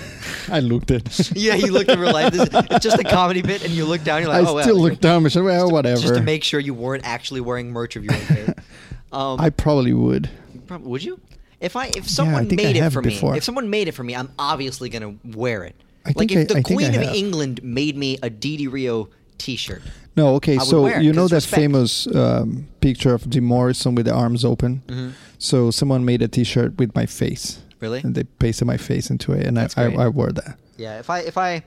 Speaker 1: I looked at.
Speaker 2: Yeah, you looked in real life. This is, it's just a comedy bit, and you look down. You're like,
Speaker 1: I
Speaker 2: oh,
Speaker 1: still
Speaker 2: well,
Speaker 1: look down. and said, Well, whatever.
Speaker 2: just to make sure you weren't actually wearing merch of your own face. Um,
Speaker 1: I probably would.
Speaker 2: Prob- would you? If I if someone
Speaker 1: think I
Speaker 2: made it
Speaker 1: have
Speaker 2: for
Speaker 1: before.
Speaker 2: me, if someone made it for me, I'm obviously gonna wear it.
Speaker 1: I
Speaker 2: like
Speaker 1: think
Speaker 2: if
Speaker 1: I-
Speaker 2: the
Speaker 1: I think I
Speaker 2: Queen of
Speaker 1: have.
Speaker 2: England made me a Didi Rio T-shirt.
Speaker 1: No, okay.
Speaker 2: I would
Speaker 1: So
Speaker 2: wear it
Speaker 1: you
Speaker 2: 'cause
Speaker 1: know
Speaker 2: it's
Speaker 1: that
Speaker 2: respect.
Speaker 1: famous um, picture of Jim Morrison with the arms open. So someone made a T-shirt with my face.
Speaker 2: Mm-hmm. Really?
Speaker 1: And they pasted my face into it, and I,
Speaker 2: That's
Speaker 1: I
Speaker 2: great.
Speaker 1: I wore that.
Speaker 2: Yeah, if I if I.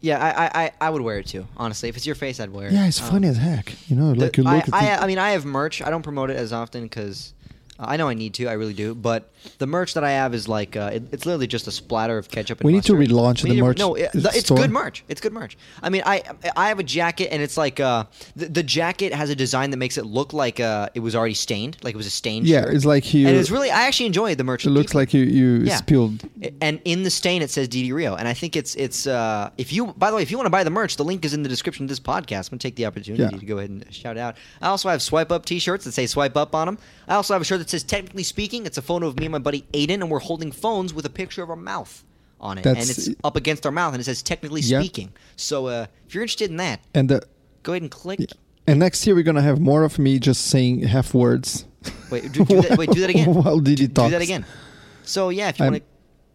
Speaker 2: Yeah, I, I, I- I would wear it too. Honestly, if it's your face, I'd wear it.
Speaker 1: Yeah, it's
Speaker 2: Um,
Speaker 1: funny as heck. You know,
Speaker 2: the-
Speaker 1: like you
Speaker 2: I,
Speaker 1: look.
Speaker 2: I, uh,
Speaker 1: at
Speaker 2: I mean, I have merch. I don't promote it as often because uh, I know I need to. I really do. But the merch that I have is like uh, it, it's literally just a splatter of ketchup. And
Speaker 1: We need to
Speaker 2: mustard.
Speaker 1: relaunch
Speaker 2: We
Speaker 1: the
Speaker 2: need to-
Speaker 1: merch
Speaker 2: No, it- the- it's
Speaker 1: store.
Speaker 2: good merch. It's good merch. I mean, I I have a jacket and it's like uh, the, the jacket has a design that makes it look like uh, it was already stained, like it was a stained.
Speaker 1: Yeah,
Speaker 2: shirt.
Speaker 1: it's like you-
Speaker 2: And it's really I actually enjoy the merch.
Speaker 1: it looks like you you spilled.
Speaker 2: I- And in the stain, it says DD Rio, and I think it's it's. Uh, if you, by the way, if you want to buy the merch, the link is in the description of this podcast. I'm gonna take the opportunity
Speaker 1: Yeah.
Speaker 2: to go ahead and shout out. I also have swipe up T-shirts that say swipe up on them. I also have a shirt that says technically speaking. It's a photo of me and my buddy Aiden, and we're holding phones with a picture of our mouth on it,
Speaker 1: That's-
Speaker 2: and it's up against our mouth, and it says technically
Speaker 1: Yeah.
Speaker 2: speaking. So uh, if you're interested in that,
Speaker 1: And the
Speaker 2: Go ahead and click.
Speaker 1: And next year we're gonna have more of me just saying half words.
Speaker 2: Wait, do, do that, wait, do that again.
Speaker 1: While Didi
Speaker 2: do
Speaker 1: talks.
Speaker 2: that again. So yeah, if you
Speaker 1: I'm-
Speaker 2: want to,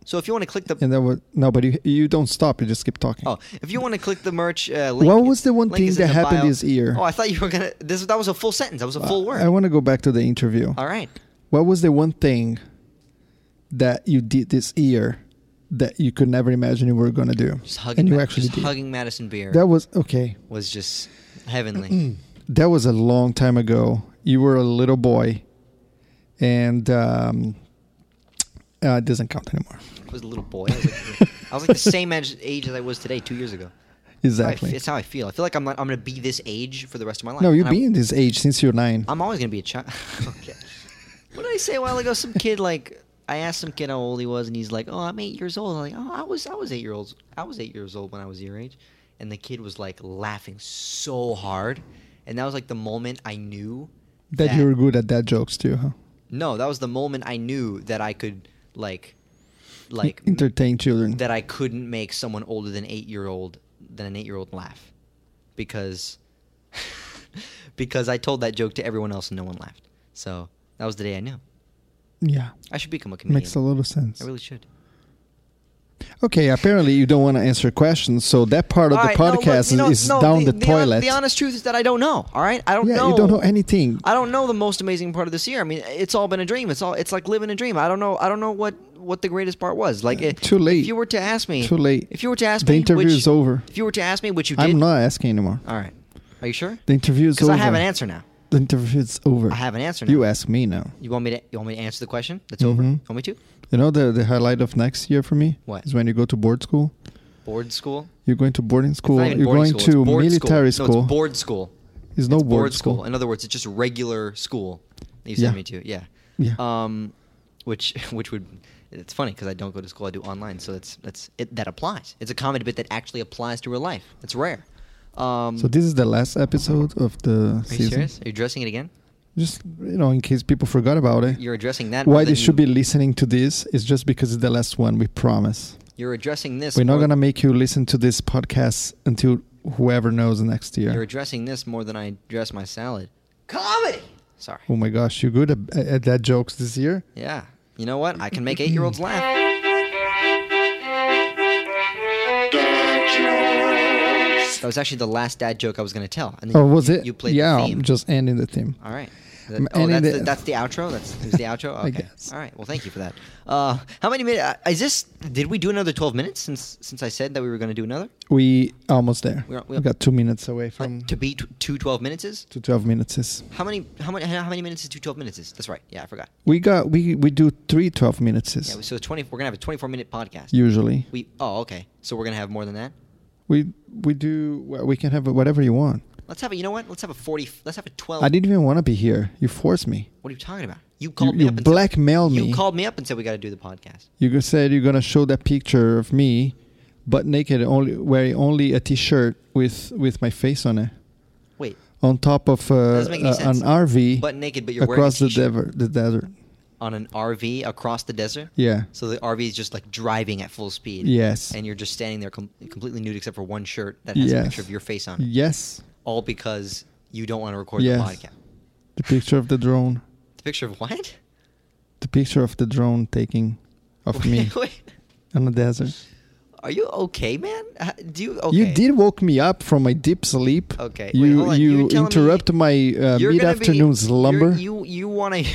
Speaker 2: so if you want to click the
Speaker 1: And that was no, but you you don't stop. You just keep talking.
Speaker 2: Oh, if you want to click the merch uh, link.
Speaker 1: What was the one
Speaker 2: link
Speaker 1: thing
Speaker 2: is in
Speaker 1: that
Speaker 2: the
Speaker 1: happened
Speaker 2: bio.
Speaker 1: this year?
Speaker 2: Oh, I thought you were gonna. This that was a full sentence. That was a full word.
Speaker 1: I want to go back to the interview.
Speaker 2: All right.
Speaker 1: What was the one thing that you did this year that you could never imagine you were gonna do?
Speaker 2: Just hugging.
Speaker 1: and you
Speaker 2: Ma-
Speaker 1: actually
Speaker 2: just
Speaker 1: did.
Speaker 2: hugging Madison Beer
Speaker 1: That was okay.
Speaker 2: was just heavenly.
Speaker 1: That was a long time ago. You were a little boy, and um, uh, it doesn't count anymore.
Speaker 2: I was a little boy. I was like, I was like the same age, age as I was today two years ago. That's how I
Speaker 1: Exactly.
Speaker 2: f- It's how I feel. I feel like I'm not, I'm gonna be this age for the rest of my life.
Speaker 1: no, you've
Speaker 2: And I'm-
Speaker 1: been this age since you're nine.
Speaker 2: I'm always gonna be a child. okay. What did I say a while ago? Some kid like I asked some kid how old he was, and he's like, "Oh, I'm eight years old." I'm like, "Oh, I was I was eight year old. I was eight years old when I was your age," and the kid was like laughing so hard, and that was like the moment I knew
Speaker 1: that you were good at dad jokes too, huh?
Speaker 2: No, that was the moment I knew that I could like, like
Speaker 1: Entertain children.
Speaker 2: that I couldn't make someone older than eight year old than an eight year old laugh, because because I told that joke to everyone else and no one laughed. So that was the day I knew.
Speaker 1: yeah,
Speaker 2: I should become a comedian.
Speaker 1: makes a lot of sense.
Speaker 2: I really should.
Speaker 1: Okay, apparently you don't want to answer questions, so that part of
Speaker 2: All
Speaker 1: the
Speaker 2: right, no, look,
Speaker 1: podcast
Speaker 2: you know,
Speaker 1: is
Speaker 2: no,
Speaker 1: down the,
Speaker 2: the hon-
Speaker 1: toilet.
Speaker 2: the honest truth is that I don't know. All right, I don't
Speaker 1: yeah,
Speaker 2: know.
Speaker 1: you don't know anything.
Speaker 2: I don't know the most amazing part of this year. I mean, it's all been a dream. It's all it's like living a dream. I don't know. I don't know what what the greatest part was. Like it,
Speaker 1: Too late.
Speaker 2: If you were to ask me,
Speaker 1: Too late.
Speaker 2: If you were to ask
Speaker 1: The
Speaker 2: me,
Speaker 1: interview
Speaker 2: which-
Speaker 1: is over.
Speaker 2: If you were to ask me, which you did,
Speaker 1: I'm not asking anymore.
Speaker 2: All right. Are you sure?
Speaker 1: The interview is
Speaker 2: Because
Speaker 1: over.
Speaker 2: I have an answer now.
Speaker 1: The interview is over.
Speaker 2: I have an answer now.
Speaker 1: You ask me now.
Speaker 2: You want me to? You want me to answer the question? That's over.
Speaker 1: Mhm.
Speaker 2: Want me to?
Speaker 1: You know the the highlight of next year for me
Speaker 2: What?
Speaker 1: is when you go to board school.
Speaker 2: Board school.
Speaker 1: You're going to boarding
Speaker 2: It's
Speaker 1: school.
Speaker 2: not even
Speaker 1: You're
Speaker 2: boarding
Speaker 1: going
Speaker 2: school,
Speaker 1: to
Speaker 2: it's board
Speaker 1: military school.
Speaker 2: No, it's board school.
Speaker 1: There's no
Speaker 2: It's
Speaker 1: board school.
Speaker 2: In other words, it's just regular school that you send
Speaker 1: Yeah.
Speaker 2: me to. Yeah.
Speaker 1: Yeah.
Speaker 2: Um, which which would it's funny because I don't go to school. I do online, so that's that's it, that applies. It's a comedy bit that actually applies to real life. That's rare. Um,
Speaker 1: So this is the last episode of the
Speaker 2: Are
Speaker 1: season.
Speaker 2: you serious? Are you addressing it again?
Speaker 1: Just you know, in case people forgot about it.
Speaker 2: You're addressing that. more
Speaker 1: Why
Speaker 2: than
Speaker 1: they should
Speaker 2: you-
Speaker 1: be listening to this is just because it's the last one. We promise.
Speaker 2: You're addressing this.
Speaker 1: We're not
Speaker 2: more-
Speaker 1: gonna make you listen to this podcast until whoever knows next year.
Speaker 2: You're addressing this more than I address my salad. Comedy. Sorry.
Speaker 1: oh my gosh, you good at, at that jokes this year?
Speaker 2: Yeah. You know what? I can make eight-year-olds laugh. That was actually the last dad joke I was going to tell. And then
Speaker 1: Oh, was
Speaker 2: you,
Speaker 1: it?
Speaker 2: You played
Speaker 1: yeah,
Speaker 2: the theme.
Speaker 1: I'm just ending the theme.
Speaker 2: All right. That-
Speaker 1: I'm
Speaker 2: oh,
Speaker 1: ending
Speaker 2: that's the,
Speaker 1: the-
Speaker 2: that's the outro. That's it was the outro. Okay.
Speaker 1: I guess.
Speaker 2: All right. Well, thank you for that. Uh, how many minutes? Is this? Did we do another twelve minutes since since I said that we were going to do another?
Speaker 1: We almost there.
Speaker 2: We're-
Speaker 1: We,
Speaker 2: we're-
Speaker 1: got two minutes away
Speaker 2: Uh,
Speaker 1: from
Speaker 2: to beat two 12 minutes is
Speaker 1: to twelve minutes. is.
Speaker 2: how many? How many? How many minutes is two 12 minutes is? That's right. Yeah, I forgot.
Speaker 1: We got we we do three 12 minutes. is
Speaker 2: Yeah. So it's twenty. We're gonna have a twenty-four minute podcast.
Speaker 1: usually
Speaker 2: We oh okay. So we're gonna have more than that.
Speaker 1: we we do well, we can have whatever you want.
Speaker 2: Let's have a. You know what? Let's have a forty. Let's have a twelve.
Speaker 1: I didn't even want to be here. You forced me.
Speaker 2: What are you talking about? You called
Speaker 1: you
Speaker 2: me
Speaker 1: you
Speaker 2: up. And
Speaker 1: blackmailed
Speaker 2: said,
Speaker 1: me.
Speaker 2: You called me up and said we got to do the podcast.
Speaker 1: You go- said you're gonna show that picture of me, butt naked, only wearing only a t-shirt with with my face on it,
Speaker 2: Wait,
Speaker 1: on top of uh,
Speaker 2: doesn't make any
Speaker 1: uh,
Speaker 2: sense.
Speaker 1: an RV
Speaker 2: butt naked, but you're wearing a
Speaker 1: across the
Speaker 2: t-shirt.
Speaker 1: desert. The desert.
Speaker 2: on an RV across the desert.
Speaker 1: Yeah.
Speaker 2: So the RV is just like driving at full speed.
Speaker 1: Yes.
Speaker 2: And you're just standing there com- completely nude except for one shirt that has a
Speaker 1: Yes.
Speaker 2: picture of your face on it.
Speaker 1: Yes,
Speaker 2: All because you don't want to record
Speaker 1: Yes.
Speaker 2: the podcast.
Speaker 1: the picture of the drone,
Speaker 2: The picture of what?
Speaker 1: the picture of the drone taking of me
Speaker 2: Wait,
Speaker 1: on the desert.
Speaker 2: are you okay, man? Uh, Do you okay?
Speaker 1: You did woke me up from my deep sleep.
Speaker 2: Okay, wait,
Speaker 1: You
Speaker 2: hold on. You're
Speaker 1: you
Speaker 2: telling me
Speaker 1: interrupt my uh,
Speaker 2: You're
Speaker 1: mid
Speaker 2: gonna be-
Speaker 1: afternoon
Speaker 2: you're-
Speaker 1: slumber.
Speaker 2: You you want to.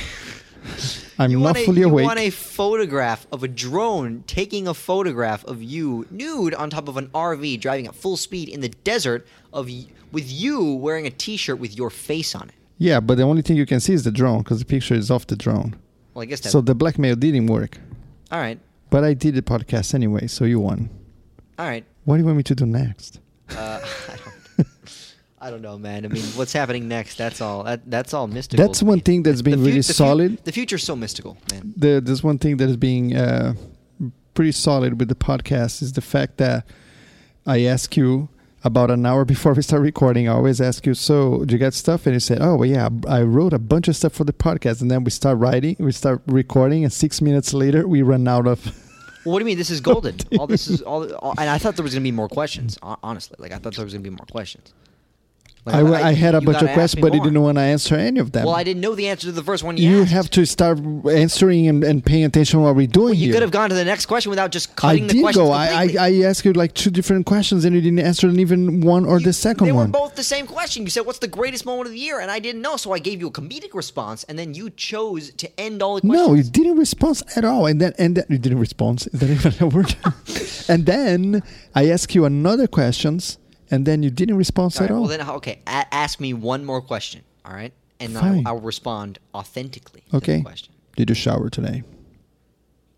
Speaker 1: I'm
Speaker 2: you
Speaker 1: not
Speaker 2: want a,
Speaker 1: fully
Speaker 2: you
Speaker 1: awake.
Speaker 2: want a photograph of a drone taking a photograph of you nude on top of an RV driving at full speed in the desert of y- with you wearing a T-shirt with your face on it.
Speaker 1: yeah, but the only thing you can see is the drone because the picture is off the drone.
Speaker 2: Well, I guess that.
Speaker 1: So the blackmail didn't work.
Speaker 2: all right,
Speaker 1: But I did the podcast anyway, so you won.
Speaker 2: all right.
Speaker 1: What do you want me to do next?
Speaker 2: Uh, I don't. I don't know, man. I mean, what's happening next? That's all. That, that's all mystical.
Speaker 1: That's
Speaker 2: to
Speaker 1: one
Speaker 2: me.
Speaker 1: thing that's
Speaker 2: The
Speaker 1: been
Speaker 2: fu-
Speaker 1: really
Speaker 2: the fu-
Speaker 1: solid.
Speaker 2: The future's so mystical, man.
Speaker 1: The, there's one thing that is being uh, pretty solid with the podcast is the fact that I ask you about an hour before we start recording. I always ask you, so do you got stuff? And you said, oh, well, yeah, I wrote a bunch of stuff for the podcast. And then we start writing, we start recording, and six minutes later, we run out of.
Speaker 2: Well, what do you mean? This is golden. all this is all, all. And I thought there was gonna be more questions. hon- Honestly, like I thought there was gonna be more questions. Like,
Speaker 1: I, I had a
Speaker 2: you
Speaker 1: bunch
Speaker 2: gotta
Speaker 1: of
Speaker 2: ask
Speaker 1: questions,
Speaker 2: me
Speaker 1: but I
Speaker 2: more.
Speaker 1: didn't want to answer any of them.
Speaker 2: Well, I didn't know the answer to the first one. You,
Speaker 1: you
Speaker 2: asked.
Speaker 1: have to start answering and, and paying attention what we're doing
Speaker 2: You
Speaker 1: here.
Speaker 2: could have gone to the next question without just
Speaker 1: I
Speaker 2: cutting the
Speaker 1: did
Speaker 2: question.
Speaker 1: go. I, I I asked you like two different questions, and you didn't answer even one or the second
Speaker 2: they
Speaker 1: one.
Speaker 2: were both the same question. You said, "What's the greatest moment of the year?" And I didn't know, so I gave you a comedic response, and then you chose to end all the questions.
Speaker 1: No, it didn't respond at all. And then and then it didn't respond. Is that even a word? and then I asked you another questions, and then you didn't respond
Speaker 2: All
Speaker 1: at
Speaker 2: right,
Speaker 1: all.
Speaker 2: Well, then okay, a- ask me one more question. All right, and
Speaker 1: Fine.
Speaker 2: I'll, I'll respond authentically. To
Speaker 1: okay.
Speaker 2: the question.
Speaker 1: Did you shower today?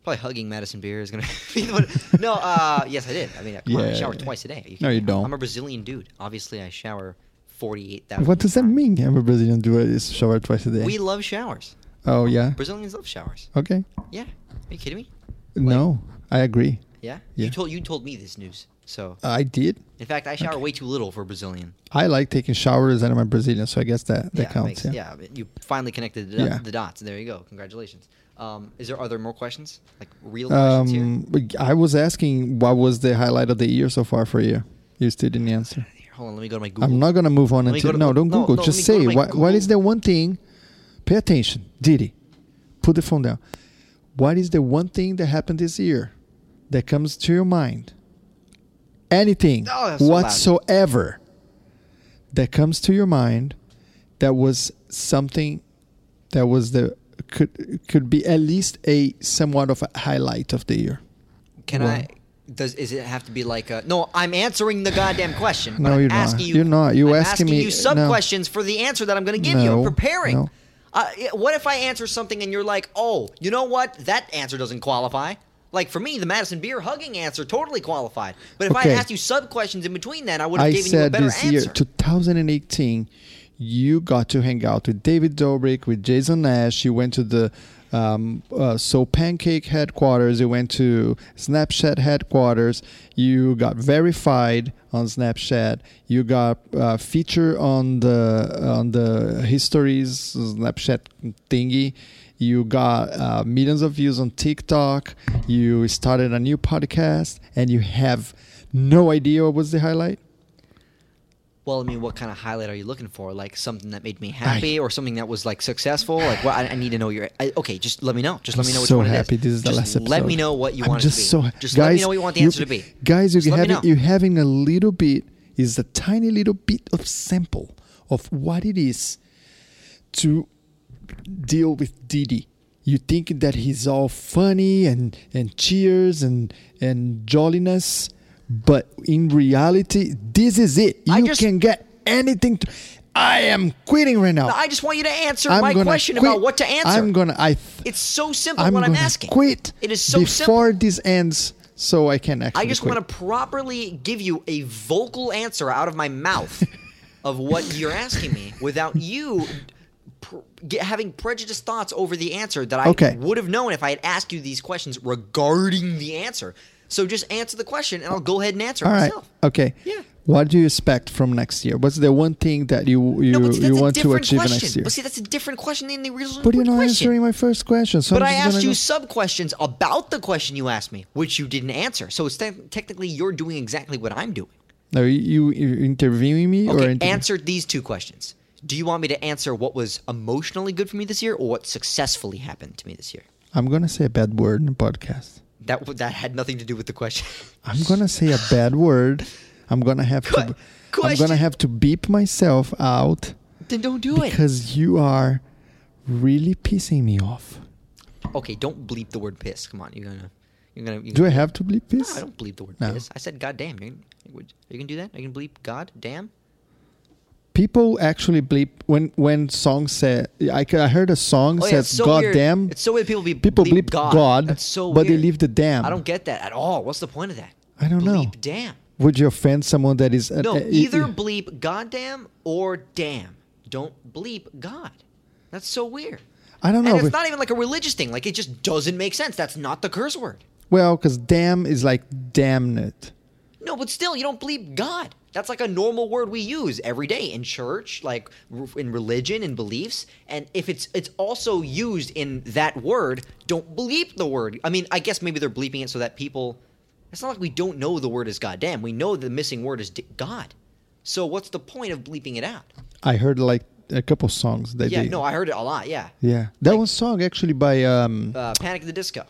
Speaker 2: Probably hugging Madison Beer is gonna be the one. No, uh, yes, I did. I mean, come on, I
Speaker 1: Yeah.
Speaker 2: shower twice a day. Are
Speaker 1: No,
Speaker 2: kidding
Speaker 1: you
Speaker 2: me?
Speaker 1: don't.
Speaker 2: I'm a Brazilian dude. Obviously, I shower forty-eight thousand.
Speaker 1: What does that mean? I'm a Brazilian. Do I shower twice a day?
Speaker 2: We love showers.
Speaker 1: oh yeah.
Speaker 2: Brazilians love showers.
Speaker 1: Okay.
Speaker 2: Yeah. Are you kidding me?
Speaker 1: no, I agree.
Speaker 2: Yeah.
Speaker 1: Yeah. Uh,
Speaker 2: You told you told me this news. So,
Speaker 1: I did.
Speaker 2: in fact, I shower way too little for Brazilian.
Speaker 1: I like taking showers, and I'm a Brazilian, so I guess that that
Speaker 2: it
Speaker 1: counts.
Speaker 2: makes-
Speaker 1: yeah.
Speaker 2: yeah. but You finally connected the, dots
Speaker 1: Yeah.
Speaker 2: the dots. There you go. Congratulations. Um, is there are there more questions? Like real questions here?
Speaker 1: Um, I was asking what was the highlight of the year so far for you. You still didn't answer.
Speaker 2: Here, Hold on. Let me go to my Google.
Speaker 1: I'm not gonna move on
Speaker 2: Let me
Speaker 1: until
Speaker 2: go to-
Speaker 1: no, don't
Speaker 2: no,
Speaker 1: Google.
Speaker 2: no,
Speaker 1: Just
Speaker 2: let me go
Speaker 1: say
Speaker 2: to my
Speaker 1: what, what
Speaker 2: Google.
Speaker 1: is the one thing. Pay attention, Didi. Put the phone down. What is the one thing that happened this year that comes to your mind? Anything
Speaker 2: Oh, that's so loud.
Speaker 1: whatsoever that comes to your mind that was something that was the could could be at least a somewhat of a highlight of the year.
Speaker 2: Can
Speaker 1: Well-
Speaker 2: I? Does is it have to be like a? No, I'm answering the goddamn question. but
Speaker 1: No,
Speaker 2: I'm
Speaker 1: you're not.
Speaker 2: asking You,
Speaker 1: You're not. You
Speaker 2: I'm
Speaker 1: asking me-
Speaker 2: you sub
Speaker 1: no.
Speaker 2: questions for the answer that I'm going to give you. I'm
Speaker 1: No,
Speaker 2: preparing.
Speaker 1: no.
Speaker 2: Uh, it- what if I answer something and you're like, oh, you know what? That answer doesn't qualify. Like for me, the Madison beer hugging answer totally qualified. But if
Speaker 1: Okay.
Speaker 2: I asked you sub questions in between, then I would have
Speaker 1: I
Speaker 2: given you a
Speaker 1: said
Speaker 2: better
Speaker 1: this
Speaker 2: answer.
Speaker 1: year, 2018, you got to hang out with David Dobrik, with Jason Nash. You went to the um, uh, So Pancake headquarters. You went to Snapchat headquarters. You got verified on Snapchat. You got uh, feature on the on the histories Snapchat thingy. You got uh, millions of views on TikTok. You started a new podcast, and you have no idea what was the highlight.
Speaker 2: well, I mean, what kind of highlight are you looking for? Like something that made me happy, or something that was like successful? Like, well, I, I need to know your. I, okay, just let me know. Just let me know which
Speaker 1: so
Speaker 2: one it is.
Speaker 1: happy this is the
Speaker 2: Just
Speaker 1: last episode.
Speaker 2: Let me know what you
Speaker 1: I'm
Speaker 2: want
Speaker 1: just
Speaker 2: it to
Speaker 1: So,
Speaker 2: be.
Speaker 1: ha-
Speaker 2: just
Speaker 1: guys,
Speaker 2: let me know what you want the answer to be.
Speaker 1: Guys,
Speaker 2: Just
Speaker 1: you
Speaker 2: let me
Speaker 1: having
Speaker 2: know.
Speaker 1: you having a little bit is a tiny little bit of sample of what it is to deal with Didi. You think that he's all funny and and cheers and and jolliness, but in reality, this is it.
Speaker 2: I
Speaker 1: You
Speaker 2: just-
Speaker 1: can get anything. To, I am quitting right now.
Speaker 2: No, I just want you to answer
Speaker 1: I'm
Speaker 2: my
Speaker 1: gonna
Speaker 2: question
Speaker 1: quit.
Speaker 2: about what to answer.
Speaker 1: I'm gonna. I. Th-
Speaker 2: it's so simple
Speaker 1: I'm
Speaker 2: what I'm
Speaker 1: gonna
Speaker 2: asking.
Speaker 1: quit.
Speaker 2: It is so
Speaker 1: before
Speaker 2: simple.
Speaker 1: this ends, so I can actually.
Speaker 2: I just
Speaker 1: quit.
Speaker 2: want to properly give you a vocal answer out of my mouth of what you're asking me without you pr- get, having prejudiced thoughts over the answer that I
Speaker 1: Okay.
Speaker 2: would have known if I had asked you these questions regarding the answer. So just answer the question and I'll go ahead and answer
Speaker 1: All
Speaker 2: it
Speaker 1: right.
Speaker 2: myself.
Speaker 1: Okay.
Speaker 2: Yeah.
Speaker 1: What do you expect from next year? What's the one thing that you you,
Speaker 2: No, but
Speaker 1: you
Speaker 2: see, that's a
Speaker 1: want to
Speaker 2: different
Speaker 1: achieve
Speaker 2: question.
Speaker 1: next year?
Speaker 2: But see, that's a different question than the original
Speaker 1: But you're not
Speaker 2: question.
Speaker 1: answering my first question. So
Speaker 2: But
Speaker 1: I'm
Speaker 2: I
Speaker 1: just gonna
Speaker 2: asked you
Speaker 1: go-
Speaker 2: sub questions about the question you asked me, which you didn't answer. So it's te- technically you're doing exactly what I'm doing.
Speaker 1: Are you you interviewing me or
Speaker 2: Okay,
Speaker 1: interview-
Speaker 2: answered these two questions. Do you want me to answer what was emotionally good for me this year, or what successfully happened to me this year?
Speaker 1: I'm gonna say a bad word in the podcast.
Speaker 2: That w- that had nothing to do with the question.
Speaker 1: I'm gonna say a bad word. I'm gonna have to.
Speaker 2: Que-
Speaker 1: I'm gonna
Speaker 2: question.
Speaker 1: have to beep myself out
Speaker 2: then don't do it.
Speaker 1: because you are really pissing me off.
Speaker 2: Okay, don't bleep the word piss. Come on, you're gonna you're gonna. You're
Speaker 1: Do I
Speaker 2: gonna-
Speaker 1: have to bleep this?
Speaker 2: No, I don't bleep the word
Speaker 1: No.
Speaker 2: piss. I said goddamn. You can, would- you can do that. You can bleep god damn.
Speaker 1: people actually bleep when when songs say I, ca- I heard a song
Speaker 2: Oh, yeah,
Speaker 1: says
Speaker 2: it's so
Speaker 1: god
Speaker 2: weird.
Speaker 1: damn
Speaker 2: It's so weird people be
Speaker 1: people
Speaker 2: bleep,
Speaker 1: bleep
Speaker 2: god. That's so
Speaker 1: but they
Speaker 2: weird.
Speaker 1: leave the damn
Speaker 2: I don't get that at all. What's the point of that?
Speaker 1: I don't know.
Speaker 2: Bleep damn.
Speaker 1: would you offend someone that is uh,
Speaker 2: No, either bleep goddamn or damn. Don't bleep God. That's so weird.
Speaker 1: I don't know,
Speaker 2: And it's
Speaker 1: but-
Speaker 2: not even like a religious thing. Like it just doesn't make sense. That's not the curse word.
Speaker 1: well because damn is like damn it
Speaker 2: No, but still, you don't bleep God. That's like a normal word we use every day in church, like r- in religion and beliefs. And if it's it's also used in that word, don't bleep the word. I mean, I guess maybe they're bleeping it so that people. It's not like we don't know the word is goddamn. We know the missing word is d- God. So what's the point of bleeping it out?
Speaker 1: I heard like a couple songs that
Speaker 2: Yeah,
Speaker 1: they.
Speaker 2: no, I heard it a lot. Yeah,
Speaker 1: yeah, that
Speaker 2: like-
Speaker 1: one song actually by um
Speaker 2: uh, Panic at the Disco.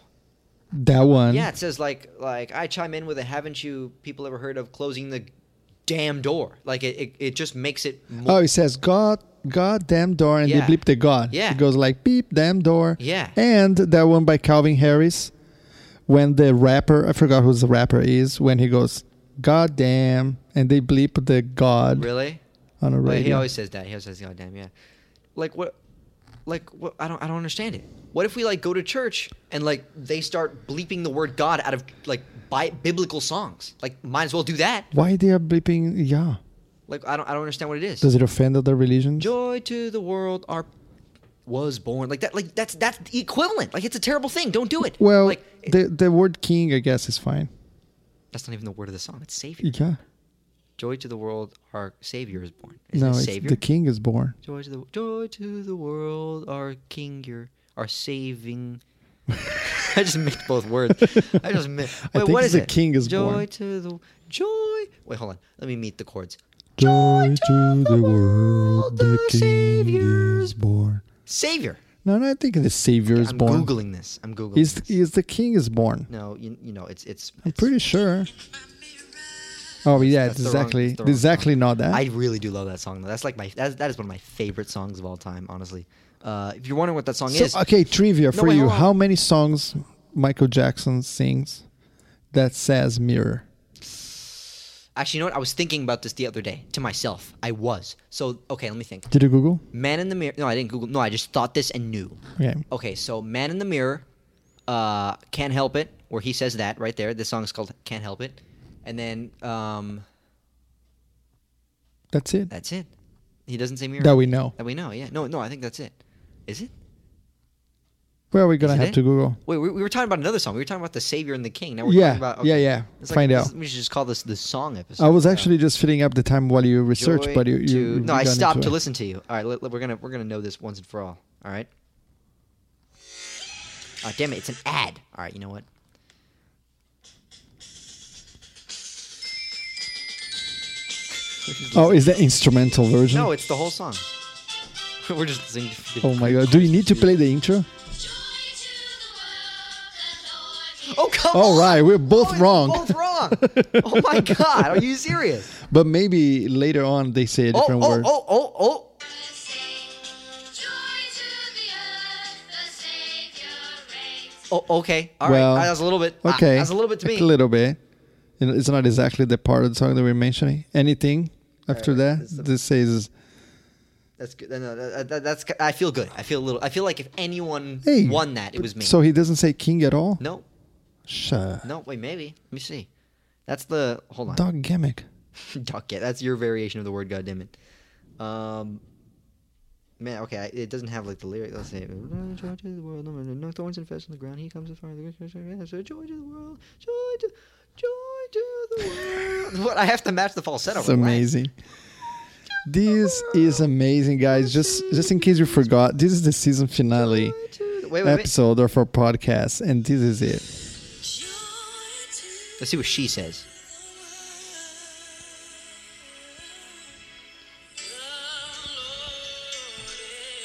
Speaker 1: that one.
Speaker 2: Yeah, it says like like I chime in with a haven't you people ever heard of closing the damn door? Like it it, it just makes it more
Speaker 1: Oh, it says God, God damn door, and
Speaker 2: Yeah.
Speaker 1: they bleep the God.
Speaker 2: Yeah.
Speaker 1: It goes like beep damn door.
Speaker 2: Yeah.
Speaker 1: And that one by Calvin Harris, when the rapper I forgot who the rapper is when he goes God damn, and they bleep the God
Speaker 2: really.
Speaker 1: on a
Speaker 2: Well,
Speaker 1: radio.
Speaker 2: he always says that. He always says God damn yeah. Like what like what I don't I don't understand it. What if we like go to church and like they start bleeping the word God out of like bi- biblical songs? Like might as well do that.
Speaker 1: Why they are bleeping? Yeah.
Speaker 2: Like I don't I don't understand what it is.
Speaker 1: Does it offend other religions?
Speaker 2: joy to the world are was born like that like that's that's the equivalent like it's a terrible thing don't do it
Speaker 1: Well,
Speaker 2: like it-
Speaker 1: the the word king, I guess, is fine.
Speaker 2: that's not even the word of the song it's savior
Speaker 1: Yeah.
Speaker 2: joy to the world our savior is born Isn't
Speaker 1: No,
Speaker 2: it
Speaker 1: it's
Speaker 2: savior
Speaker 1: the king is born.
Speaker 2: joy to the joy to the world our king your our saving I just mixed both words I just mi-
Speaker 1: I
Speaker 2: wait
Speaker 1: think
Speaker 2: what
Speaker 1: it's
Speaker 2: is
Speaker 1: the
Speaker 2: it
Speaker 1: king is
Speaker 2: joy
Speaker 1: born.
Speaker 2: to the joy wait hold on let me meet the chords
Speaker 1: Joy to the world, the king is born.
Speaker 2: savior
Speaker 1: No, no, I think the savior is
Speaker 2: I'm
Speaker 1: born.
Speaker 2: googling this I'm googling
Speaker 1: Is
Speaker 2: this.
Speaker 1: is the king is born?
Speaker 2: no you, you know it's it's
Speaker 1: I'm
Speaker 2: it's-
Speaker 1: pretty sure. Oh yeah,
Speaker 2: That's
Speaker 1: it's
Speaker 2: the wrong-
Speaker 1: exactly
Speaker 2: that's the wrong
Speaker 1: exactly
Speaker 2: song.
Speaker 1: not that.
Speaker 2: I really do love that song though. That's like my that's, that is one of my favorite songs of all time, honestly. Uh, if you're wondering what that song is,
Speaker 1: so okay, trivia for
Speaker 2: wait,
Speaker 1: you:
Speaker 2: hold on.
Speaker 1: How many songs Michael Jackson sings that says mirror?
Speaker 2: actually, you know what? I was thinking about this the other day to myself. I was so okay. Let me think.
Speaker 1: Did you Google?
Speaker 2: Man in the mirror. No, I didn't Google. No, I just thought this and knew.
Speaker 1: Okay,
Speaker 2: Okay, so Man in the Mirror, uh, Can't Help It, where he says that right there. This song is called Can't Help It, and then um,
Speaker 1: that's it.
Speaker 2: that's it. He doesn't say mirror
Speaker 1: That we know.
Speaker 2: That we know. Yeah. No, no. I think that's it. Is it?
Speaker 1: Where are we gonna
Speaker 2: Is it
Speaker 1: have
Speaker 2: it?
Speaker 1: to Google?
Speaker 2: Wait, we, we were talking about another song. We were talking about the Savior and the King. Now we're
Speaker 1: Yeah,
Speaker 2: talking about
Speaker 1: yeah, yeah.
Speaker 2: It's like-
Speaker 1: Find
Speaker 2: this-
Speaker 1: out.
Speaker 2: We should just call this the song episode.
Speaker 1: I was actually just filling up the time while you research,
Speaker 2: uh, Joy
Speaker 1: but you, you
Speaker 2: to-
Speaker 1: you
Speaker 2: no, I
Speaker 1: got
Speaker 2: stopped
Speaker 1: into
Speaker 2: to
Speaker 1: it.
Speaker 2: listen to you. All right, let, let- we're gonna we're gonna know this once and for all. All right. Oh damn it! It's an ad. All right, you know what?
Speaker 1: Oh, is that instrumental version?
Speaker 2: No, it's the whole song. we're just singing.
Speaker 1: oh my god! Do you need to play the intro?
Speaker 2: Oh come on!
Speaker 1: All right, we're both
Speaker 2: Oh, it's
Speaker 1: wrong.
Speaker 2: Both wrong. oh my god! Are you serious?
Speaker 1: But maybe later on they say a
Speaker 2: Oh
Speaker 1: different
Speaker 2: oh
Speaker 1: word.
Speaker 2: oh oh oh! Oh, okay. All right.
Speaker 1: Well,
Speaker 2: That was a little bit. ah,
Speaker 1: Okay.
Speaker 2: that was a little bit to me.
Speaker 1: A little bit. You know, It's not exactly the part of the song that we're mentioning. Anything after that,
Speaker 2: Uh, It's the-
Speaker 1: this says,
Speaker 2: That's good. No, no, that, that, that's. I feel good. I feel a little. I feel like if anyone
Speaker 1: hey.
Speaker 2: won that, it was me.
Speaker 1: So he doesn't say king at all?
Speaker 2: no,
Speaker 1: Shut
Speaker 2: no. Wait, maybe. Let me see. That's the. Hold on.
Speaker 1: Dog gimmick.
Speaker 2: Duck it. That's your variation of the word. Goddammit. Um. Man, okay, I, it doesn't have like the lyric. Let's say, "Joy to the world, no, no, no thorns and fest on the ground. He comes as far as the grace of God. So joy to the world, joy to, joy to the world." what I have to match the falsetto.
Speaker 1: It's
Speaker 2: relax.
Speaker 1: amazing. This is amazing, guys. Just just in case you forgot, this is the season finale
Speaker 2: Joy to the- Wait, wait, wait.
Speaker 1: episode of our podcast, and this is it.
Speaker 2: Let's see what she says.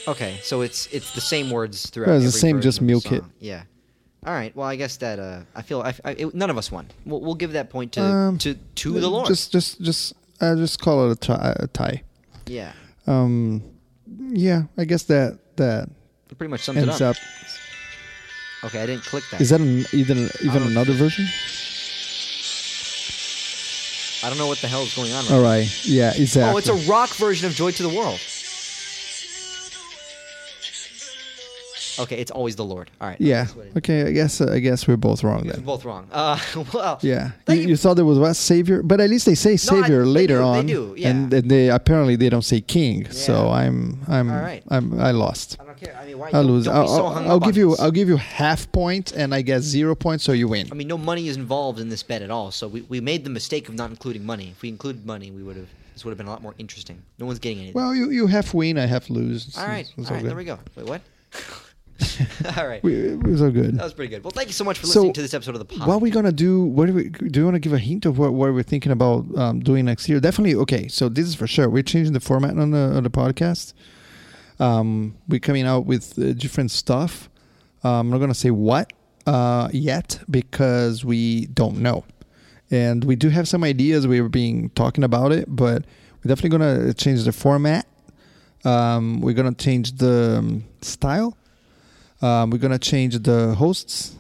Speaker 2: Okay, so it's it's the same words throughout.
Speaker 1: Yeah, it's the
Speaker 2: every
Speaker 1: same,
Speaker 2: version
Speaker 1: just
Speaker 2: of the
Speaker 1: milk
Speaker 2: song.
Speaker 1: it.
Speaker 2: Yeah. All right. Well, I guess that uh, I feel I, I- it- none of us won. We'll, we'll give that point to
Speaker 1: Um,
Speaker 2: to to the Lord.
Speaker 1: Just just just I just call it a tie. A tie.
Speaker 2: yeah.
Speaker 1: Um, yeah, I guess that that
Speaker 2: It pretty much sums it
Speaker 1: ends up.
Speaker 2: Okay, I didn't click that.
Speaker 1: Is that an, even even
Speaker 2: don't-
Speaker 1: another version?
Speaker 2: I don't know what the hell is going on. Right
Speaker 1: All right. Yeah, exactly.
Speaker 2: Oh, it's a rock version of Joy to the World. Okay, it's always the Lord. All right.
Speaker 1: yeah.
Speaker 2: That's what it-
Speaker 1: Okay, I guess I guess we're both wrong
Speaker 2: We're
Speaker 1: then.
Speaker 2: both wrong. Uh, well.
Speaker 1: Yeah. You,
Speaker 2: thank you-
Speaker 1: you thought there was what savior, but at least they say
Speaker 2: No, I-
Speaker 1: savior
Speaker 2: they
Speaker 1: later
Speaker 2: do, they
Speaker 1: on.
Speaker 2: do,
Speaker 1: And
Speaker 2: yeah.
Speaker 1: then they apparently they don't say king. So
Speaker 2: Yeah.
Speaker 1: I'm I'm
Speaker 2: All right.
Speaker 1: I'm I lost.
Speaker 2: I don't care. I mean, why?
Speaker 1: I
Speaker 2: don't-
Speaker 1: lose.
Speaker 2: don't be
Speaker 1: I'll,
Speaker 2: so
Speaker 1: I'll-
Speaker 2: hung
Speaker 1: I'll
Speaker 2: up on
Speaker 1: give you
Speaker 2: this.
Speaker 1: I'll give you half point and I guess zero points, so you win.
Speaker 2: I mean, no money is involved in this bet at all. So we, we made the mistake of not including money. If we included money, we would have this would have been a lot more interesting. No one's getting anything.
Speaker 1: Well, you you half win, I half lose.
Speaker 2: all right, all right, there we go. Wait, what? all right.
Speaker 1: We, it was all good.
Speaker 2: That was pretty good. Well, thank you so much for
Speaker 1: So,
Speaker 2: listening to this episode of the pod.
Speaker 1: What are we gonna do? What do we do? You want to give a hint of what, what we're thinking about um, doing next year? Definitely. Okay, so this is for sure. We're changing the format on the on the podcast. Um, we're coming out with uh, different stuff. Um, I'm not gonna say what uh, yet because we don't know, and we do have some ideas. We've been talking about it, but we're definitely gonna change the format. Um, we're gonna change the um, style. Um, we're gonna change the hosts.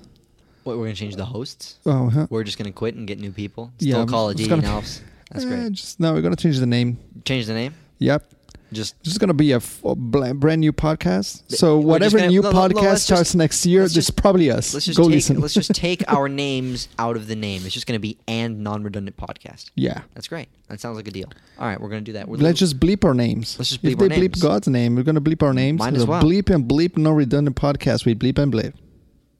Speaker 2: What, we're going to change the hosts?
Speaker 1: Oh, huh?
Speaker 2: We're just going to quit and get new people?
Speaker 1: Yeah,
Speaker 2: Still
Speaker 1: I'm-
Speaker 2: call it
Speaker 1: it's
Speaker 2: Dean
Speaker 1: gonna-
Speaker 2: Alves. That's
Speaker 1: Eh,
Speaker 2: great.
Speaker 1: just no, we're gonna change the name.
Speaker 2: Change the name?
Speaker 1: Yep,
Speaker 2: Just
Speaker 1: it's just gonna be a, f- a bla- brand new podcast. So
Speaker 2: We're just
Speaker 1: whatever
Speaker 2: gonna-
Speaker 1: new
Speaker 2: no, no, no,
Speaker 1: podcast
Speaker 2: let's just-
Speaker 1: starts next year,
Speaker 2: let's
Speaker 1: this is
Speaker 2: just-
Speaker 1: probably us.
Speaker 2: Let's just
Speaker 1: Go
Speaker 2: take,
Speaker 1: listen.
Speaker 2: Let's just take our names out of the name. It's just going to be and non-redundant podcast.
Speaker 1: yeah.
Speaker 2: That's great. That sounds like a deal. All right, we're going to do that. We're
Speaker 1: Let's just bleep our names.
Speaker 2: Let's just
Speaker 1: if
Speaker 2: bleep
Speaker 1: they
Speaker 2: our
Speaker 1: bleep
Speaker 2: names.
Speaker 1: God's name, we're gonna bleep our names.
Speaker 2: Might as
Speaker 1: The
Speaker 2: well.
Speaker 1: Bleep and bleep, no redundant podcast. We bleep and bleep.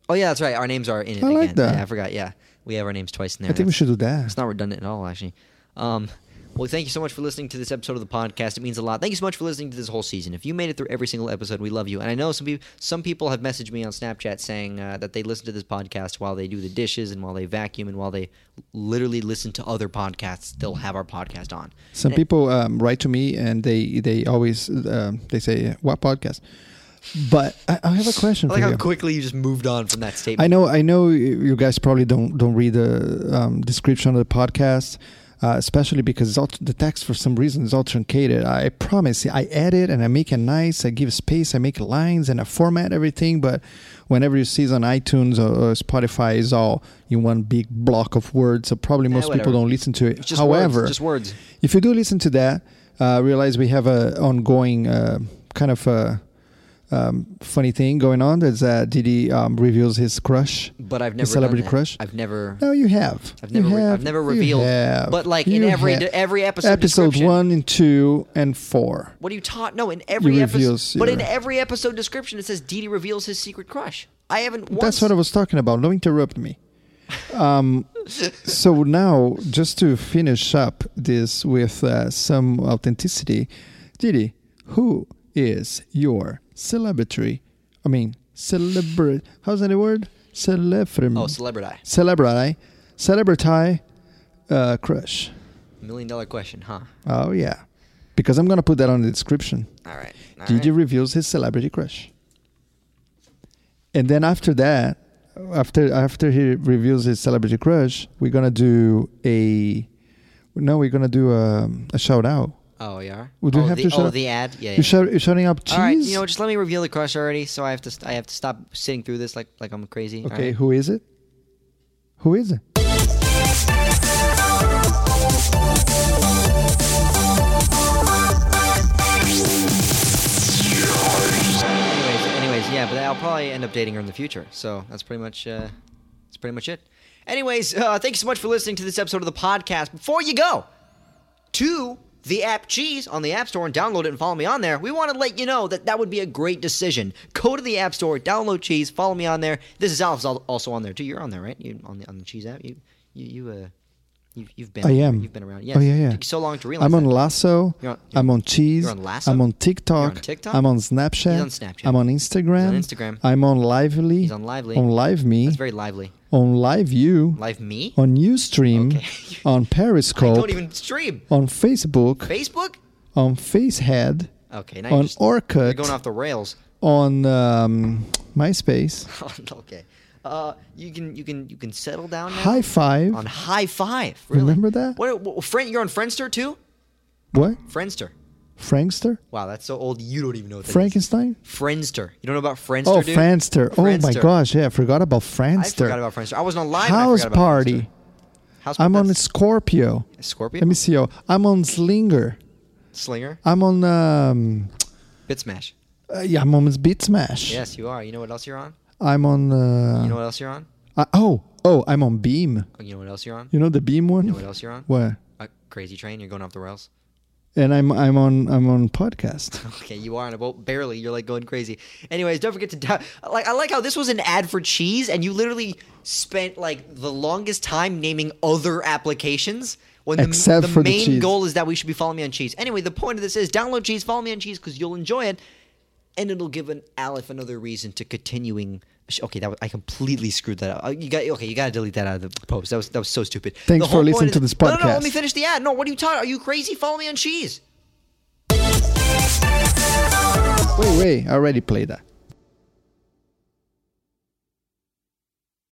Speaker 2: Oh yeah, that's right. Our names are in it
Speaker 1: I
Speaker 2: again.
Speaker 1: like that.
Speaker 2: Yeah, I forgot. Yeah, we have our names twice in there.
Speaker 1: I think we
Speaker 2: That's-
Speaker 1: should do that.
Speaker 2: It's not redundant at all, actually. Um, well, thank you so much for listening to this episode of the podcast. It means a lot. Thank you so much for listening to this whole season. If you made it through every single episode, we love you. And I know some people, some people have messaged me on Snapchat saying uh, that they listen to this podcast while they do the dishes and while they vacuum and while they literally listen to other podcasts. They'll have our podcast on.
Speaker 1: Some
Speaker 2: And-
Speaker 1: people um, write to me and they they always um, they say what podcast. But I, I have a question
Speaker 2: I like
Speaker 1: for
Speaker 2: how
Speaker 1: you.
Speaker 2: quickly you just moved on from that statement.
Speaker 1: I know, I know. You guys probably don't don't read the um, description of the podcast, uh, especially because it's all, the text for some reason is all truncated. I promise. you, I edit and I make it nice. I give space. I make lines and I format everything. But whenever you see it on iTunes or, or Spotify, it's all in one big block of words. So probably most people
Speaker 2: whatever.
Speaker 1: don't listen to it.
Speaker 2: It's just
Speaker 1: However,
Speaker 2: words, just words.
Speaker 1: if you do listen to that, uh, realize we have a ongoing uh, kind of a um, funny thing going on. That's uh, Didi um, reveals his crush.
Speaker 2: But I've
Speaker 1: his
Speaker 2: never
Speaker 1: celebrity
Speaker 2: done that.
Speaker 1: crush.
Speaker 2: I've never.
Speaker 1: no, you have.
Speaker 2: I've never.
Speaker 1: You
Speaker 2: re-
Speaker 1: have.
Speaker 2: I've never
Speaker 1: You
Speaker 2: revealed.
Speaker 1: have.
Speaker 2: But like in
Speaker 1: You
Speaker 2: every
Speaker 1: have.
Speaker 2: every episode.
Speaker 1: episode
Speaker 2: description-
Speaker 1: one and two and four.
Speaker 2: What are you taught? No, in every
Speaker 1: You reveals
Speaker 2: episode. But in
Speaker 1: your-
Speaker 2: every episode description, it says Dee Dee reveals his secret crush. I haven't. Once,
Speaker 1: That's what I was talking about. Don't interrupt me. Um, so now, just to finish up this with uh, some authenticity, Didi, who is your celebrity? I mean, celebrity. How's that word? Celebrity.
Speaker 2: Oh, celebrity.
Speaker 1: celebrity. Celebrity uh, crush.
Speaker 2: Million dollar question, huh?
Speaker 1: Oh, yeah. Because I'm going to put that on the description.
Speaker 2: All right. all
Speaker 1: Didi
Speaker 2: right.
Speaker 1: reveals his celebrity crush. And then after that, after after he reveals his celebrity crush, we're gonna do a no, we're gonna do a, a shout out.
Speaker 2: Oh, yeah.
Speaker 1: We do
Speaker 2: oh,
Speaker 1: have
Speaker 2: the,
Speaker 1: to shout
Speaker 2: oh,
Speaker 1: out-
Speaker 2: the ad. Yeah. yeah.
Speaker 1: You're, shout, you're shouting up cheese.
Speaker 2: all right. You know, what, just let me reveal the crush already. So I have to. St- I have to stop sitting through this like like I'm crazy. All
Speaker 1: okay,
Speaker 2: right.
Speaker 1: who is it? Who is it?
Speaker 2: Anyways, anyways, yeah, but I'll probably end up dating her in the future. So that's pretty much uh, that's pretty much it. Anyways, uh, thank you so much for listening to this episode of the podcast. Before you go to the app Cheese on the App Store and download it and follow me on there, we want to let you know that that would be a great decision. Go to the App Store, download Cheese, follow me on there. This is Alf's al- also on there too. You're on there, right? You on the on the Cheese app? You you you uh. You've, you've been
Speaker 1: I
Speaker 2: on there.
Speaker 1: am.
Speaker 2: You've been around. Yes.
Speaker 1: Oh yeah, yeah.
Speaker 2: It took you so long to realize.
Speaker 1: I'm on
Speaker 2: that.
Speaker 1: Lasso.
Speaker 2: You're on-
Speaker 1: I'm on Cheese.
Speaker 2: you're on Lasso?
Speaker 1: I'm on TikTok.
Speaker 2: You're on TikTok?
Speaker 1: I'm on Snapchat.
Speaker 2: He's on Snapchat.
Speaker 1: I'm on Instagram.
Speaker 2: He's on Instagram.
Speaker 1: I'm on Lively.
Speaker 2: He's on Lively.
Speaker 1: On Live Me.
Speaker 2: That's very lively.
Speaker 1: on Live You.
Speaker 2: Live me?
Speaker 1: on Ustream,
Speaker 2: Okay.
Speaker 1: on
Speaker 2: I
Speaker 1: Periscope,
Speaker 2: don't even stream.
Speaker 1: on Facebook,
Speaker 2: Facebook?
Speaker 1: on Facehead,
Speaker 2: Okay, now
Speaker 1: on
Speaker 2: you're, just, you're
Speaker 1: Orkut,
Speaker 2: going off the rails. Oh,
Speaker 1: on um, MySpace,
Speaker 2: okay, uh, you can you can you can settle down now
Speaker 1: High Five.
Speaker 2: on High Five. Really?
Speaker 1: Remember that?
Speaker 2: What, what, Friend, you're on Friendster too?
Speaker 1: what?
Speaker 2: Friendster.
Speaker 1: Frankster?
Speaker 2: Wow, that's so old. You don't even know what that is.
Speaker 1: Frankenstein?
Speaker 2: Friendster. You don't know about Friendster?
Speaker 1: Oh,
Speaker 2: dude?
Speaker 1: Friendster. Oh my
Speaker 2: Friendster.
Speaker 1: gosh, yeah, I forgot about Friendster.
Speaker 2: I forgot about Friendster. I wasn't online. when I
Speaker 1: House
Speaker 2: forgot about
Speaker 1: Party.
Speaker 2: Friendster. House
Speaker 1: I'm on
Speaker 2: that's
Speaker 1: Scorpio.
Speaker 2: Scorpio.
Speaker 1: Let me see. Oh, I'm on Slinger.
Speaker 2: Slinger.
Speaker 1: I'm on. Um,
Speaker 2: Bit Smash.
Speaker 1: uh, yeah, I'm on Beat Smash.
Speaker 2: Yes, you are. You know what else you're on?
Speaker 1: I'm on. Uh,
Speaker 2: You know what else you're on?
Speaker 1: I- oh, oh, I'm on Beam.
Speaker 2: Oh, You know what else you're on?
Speaker 1: You know the Beam one.
Speaker 2: You know what else you're on?
Speaker 1: What?
Speaker 2: A crazy train. You're going off the rails.
Speaker 1: and I'm I'm on I'm on podcast.
Speaker 2: Okay, you are on a boat. Barely, you're like going crazy. Anyways, don't forget to down- like. I like how this was an ad for cheese, and you literally spent like the longest time naming other applications. When the,
Speaker 1: Except
Speaker 2: the
Speaker 1: for the
Speaker 2: main
Speaker 1: cheese.
Speaker 2: goal is that we should be following me on cheese. Anyway, the point of this is download cheese, follow me on cheese because you'll enjoy it. and it'll give an Aleph another reason to continuing. sh- Okay, that was, I completely screwed that up. Uh, You got okay. You got to delete that out of the post. That was that was so stupid.
Speaker 1: Thanks
Speaker 2: The whole
Speaker 1: for
Speaker 2: point
Speaker 1: listening
Speaker 2: is-
Speaker 1: to this
Speaker 2: No, no, no. Let
Speaker 1: podcast.
Speaker 2: me finish the ad. No, what are you talking? Are you crazy? Follow me on cheese.
Speaker 1: Wait, wait, I already played that.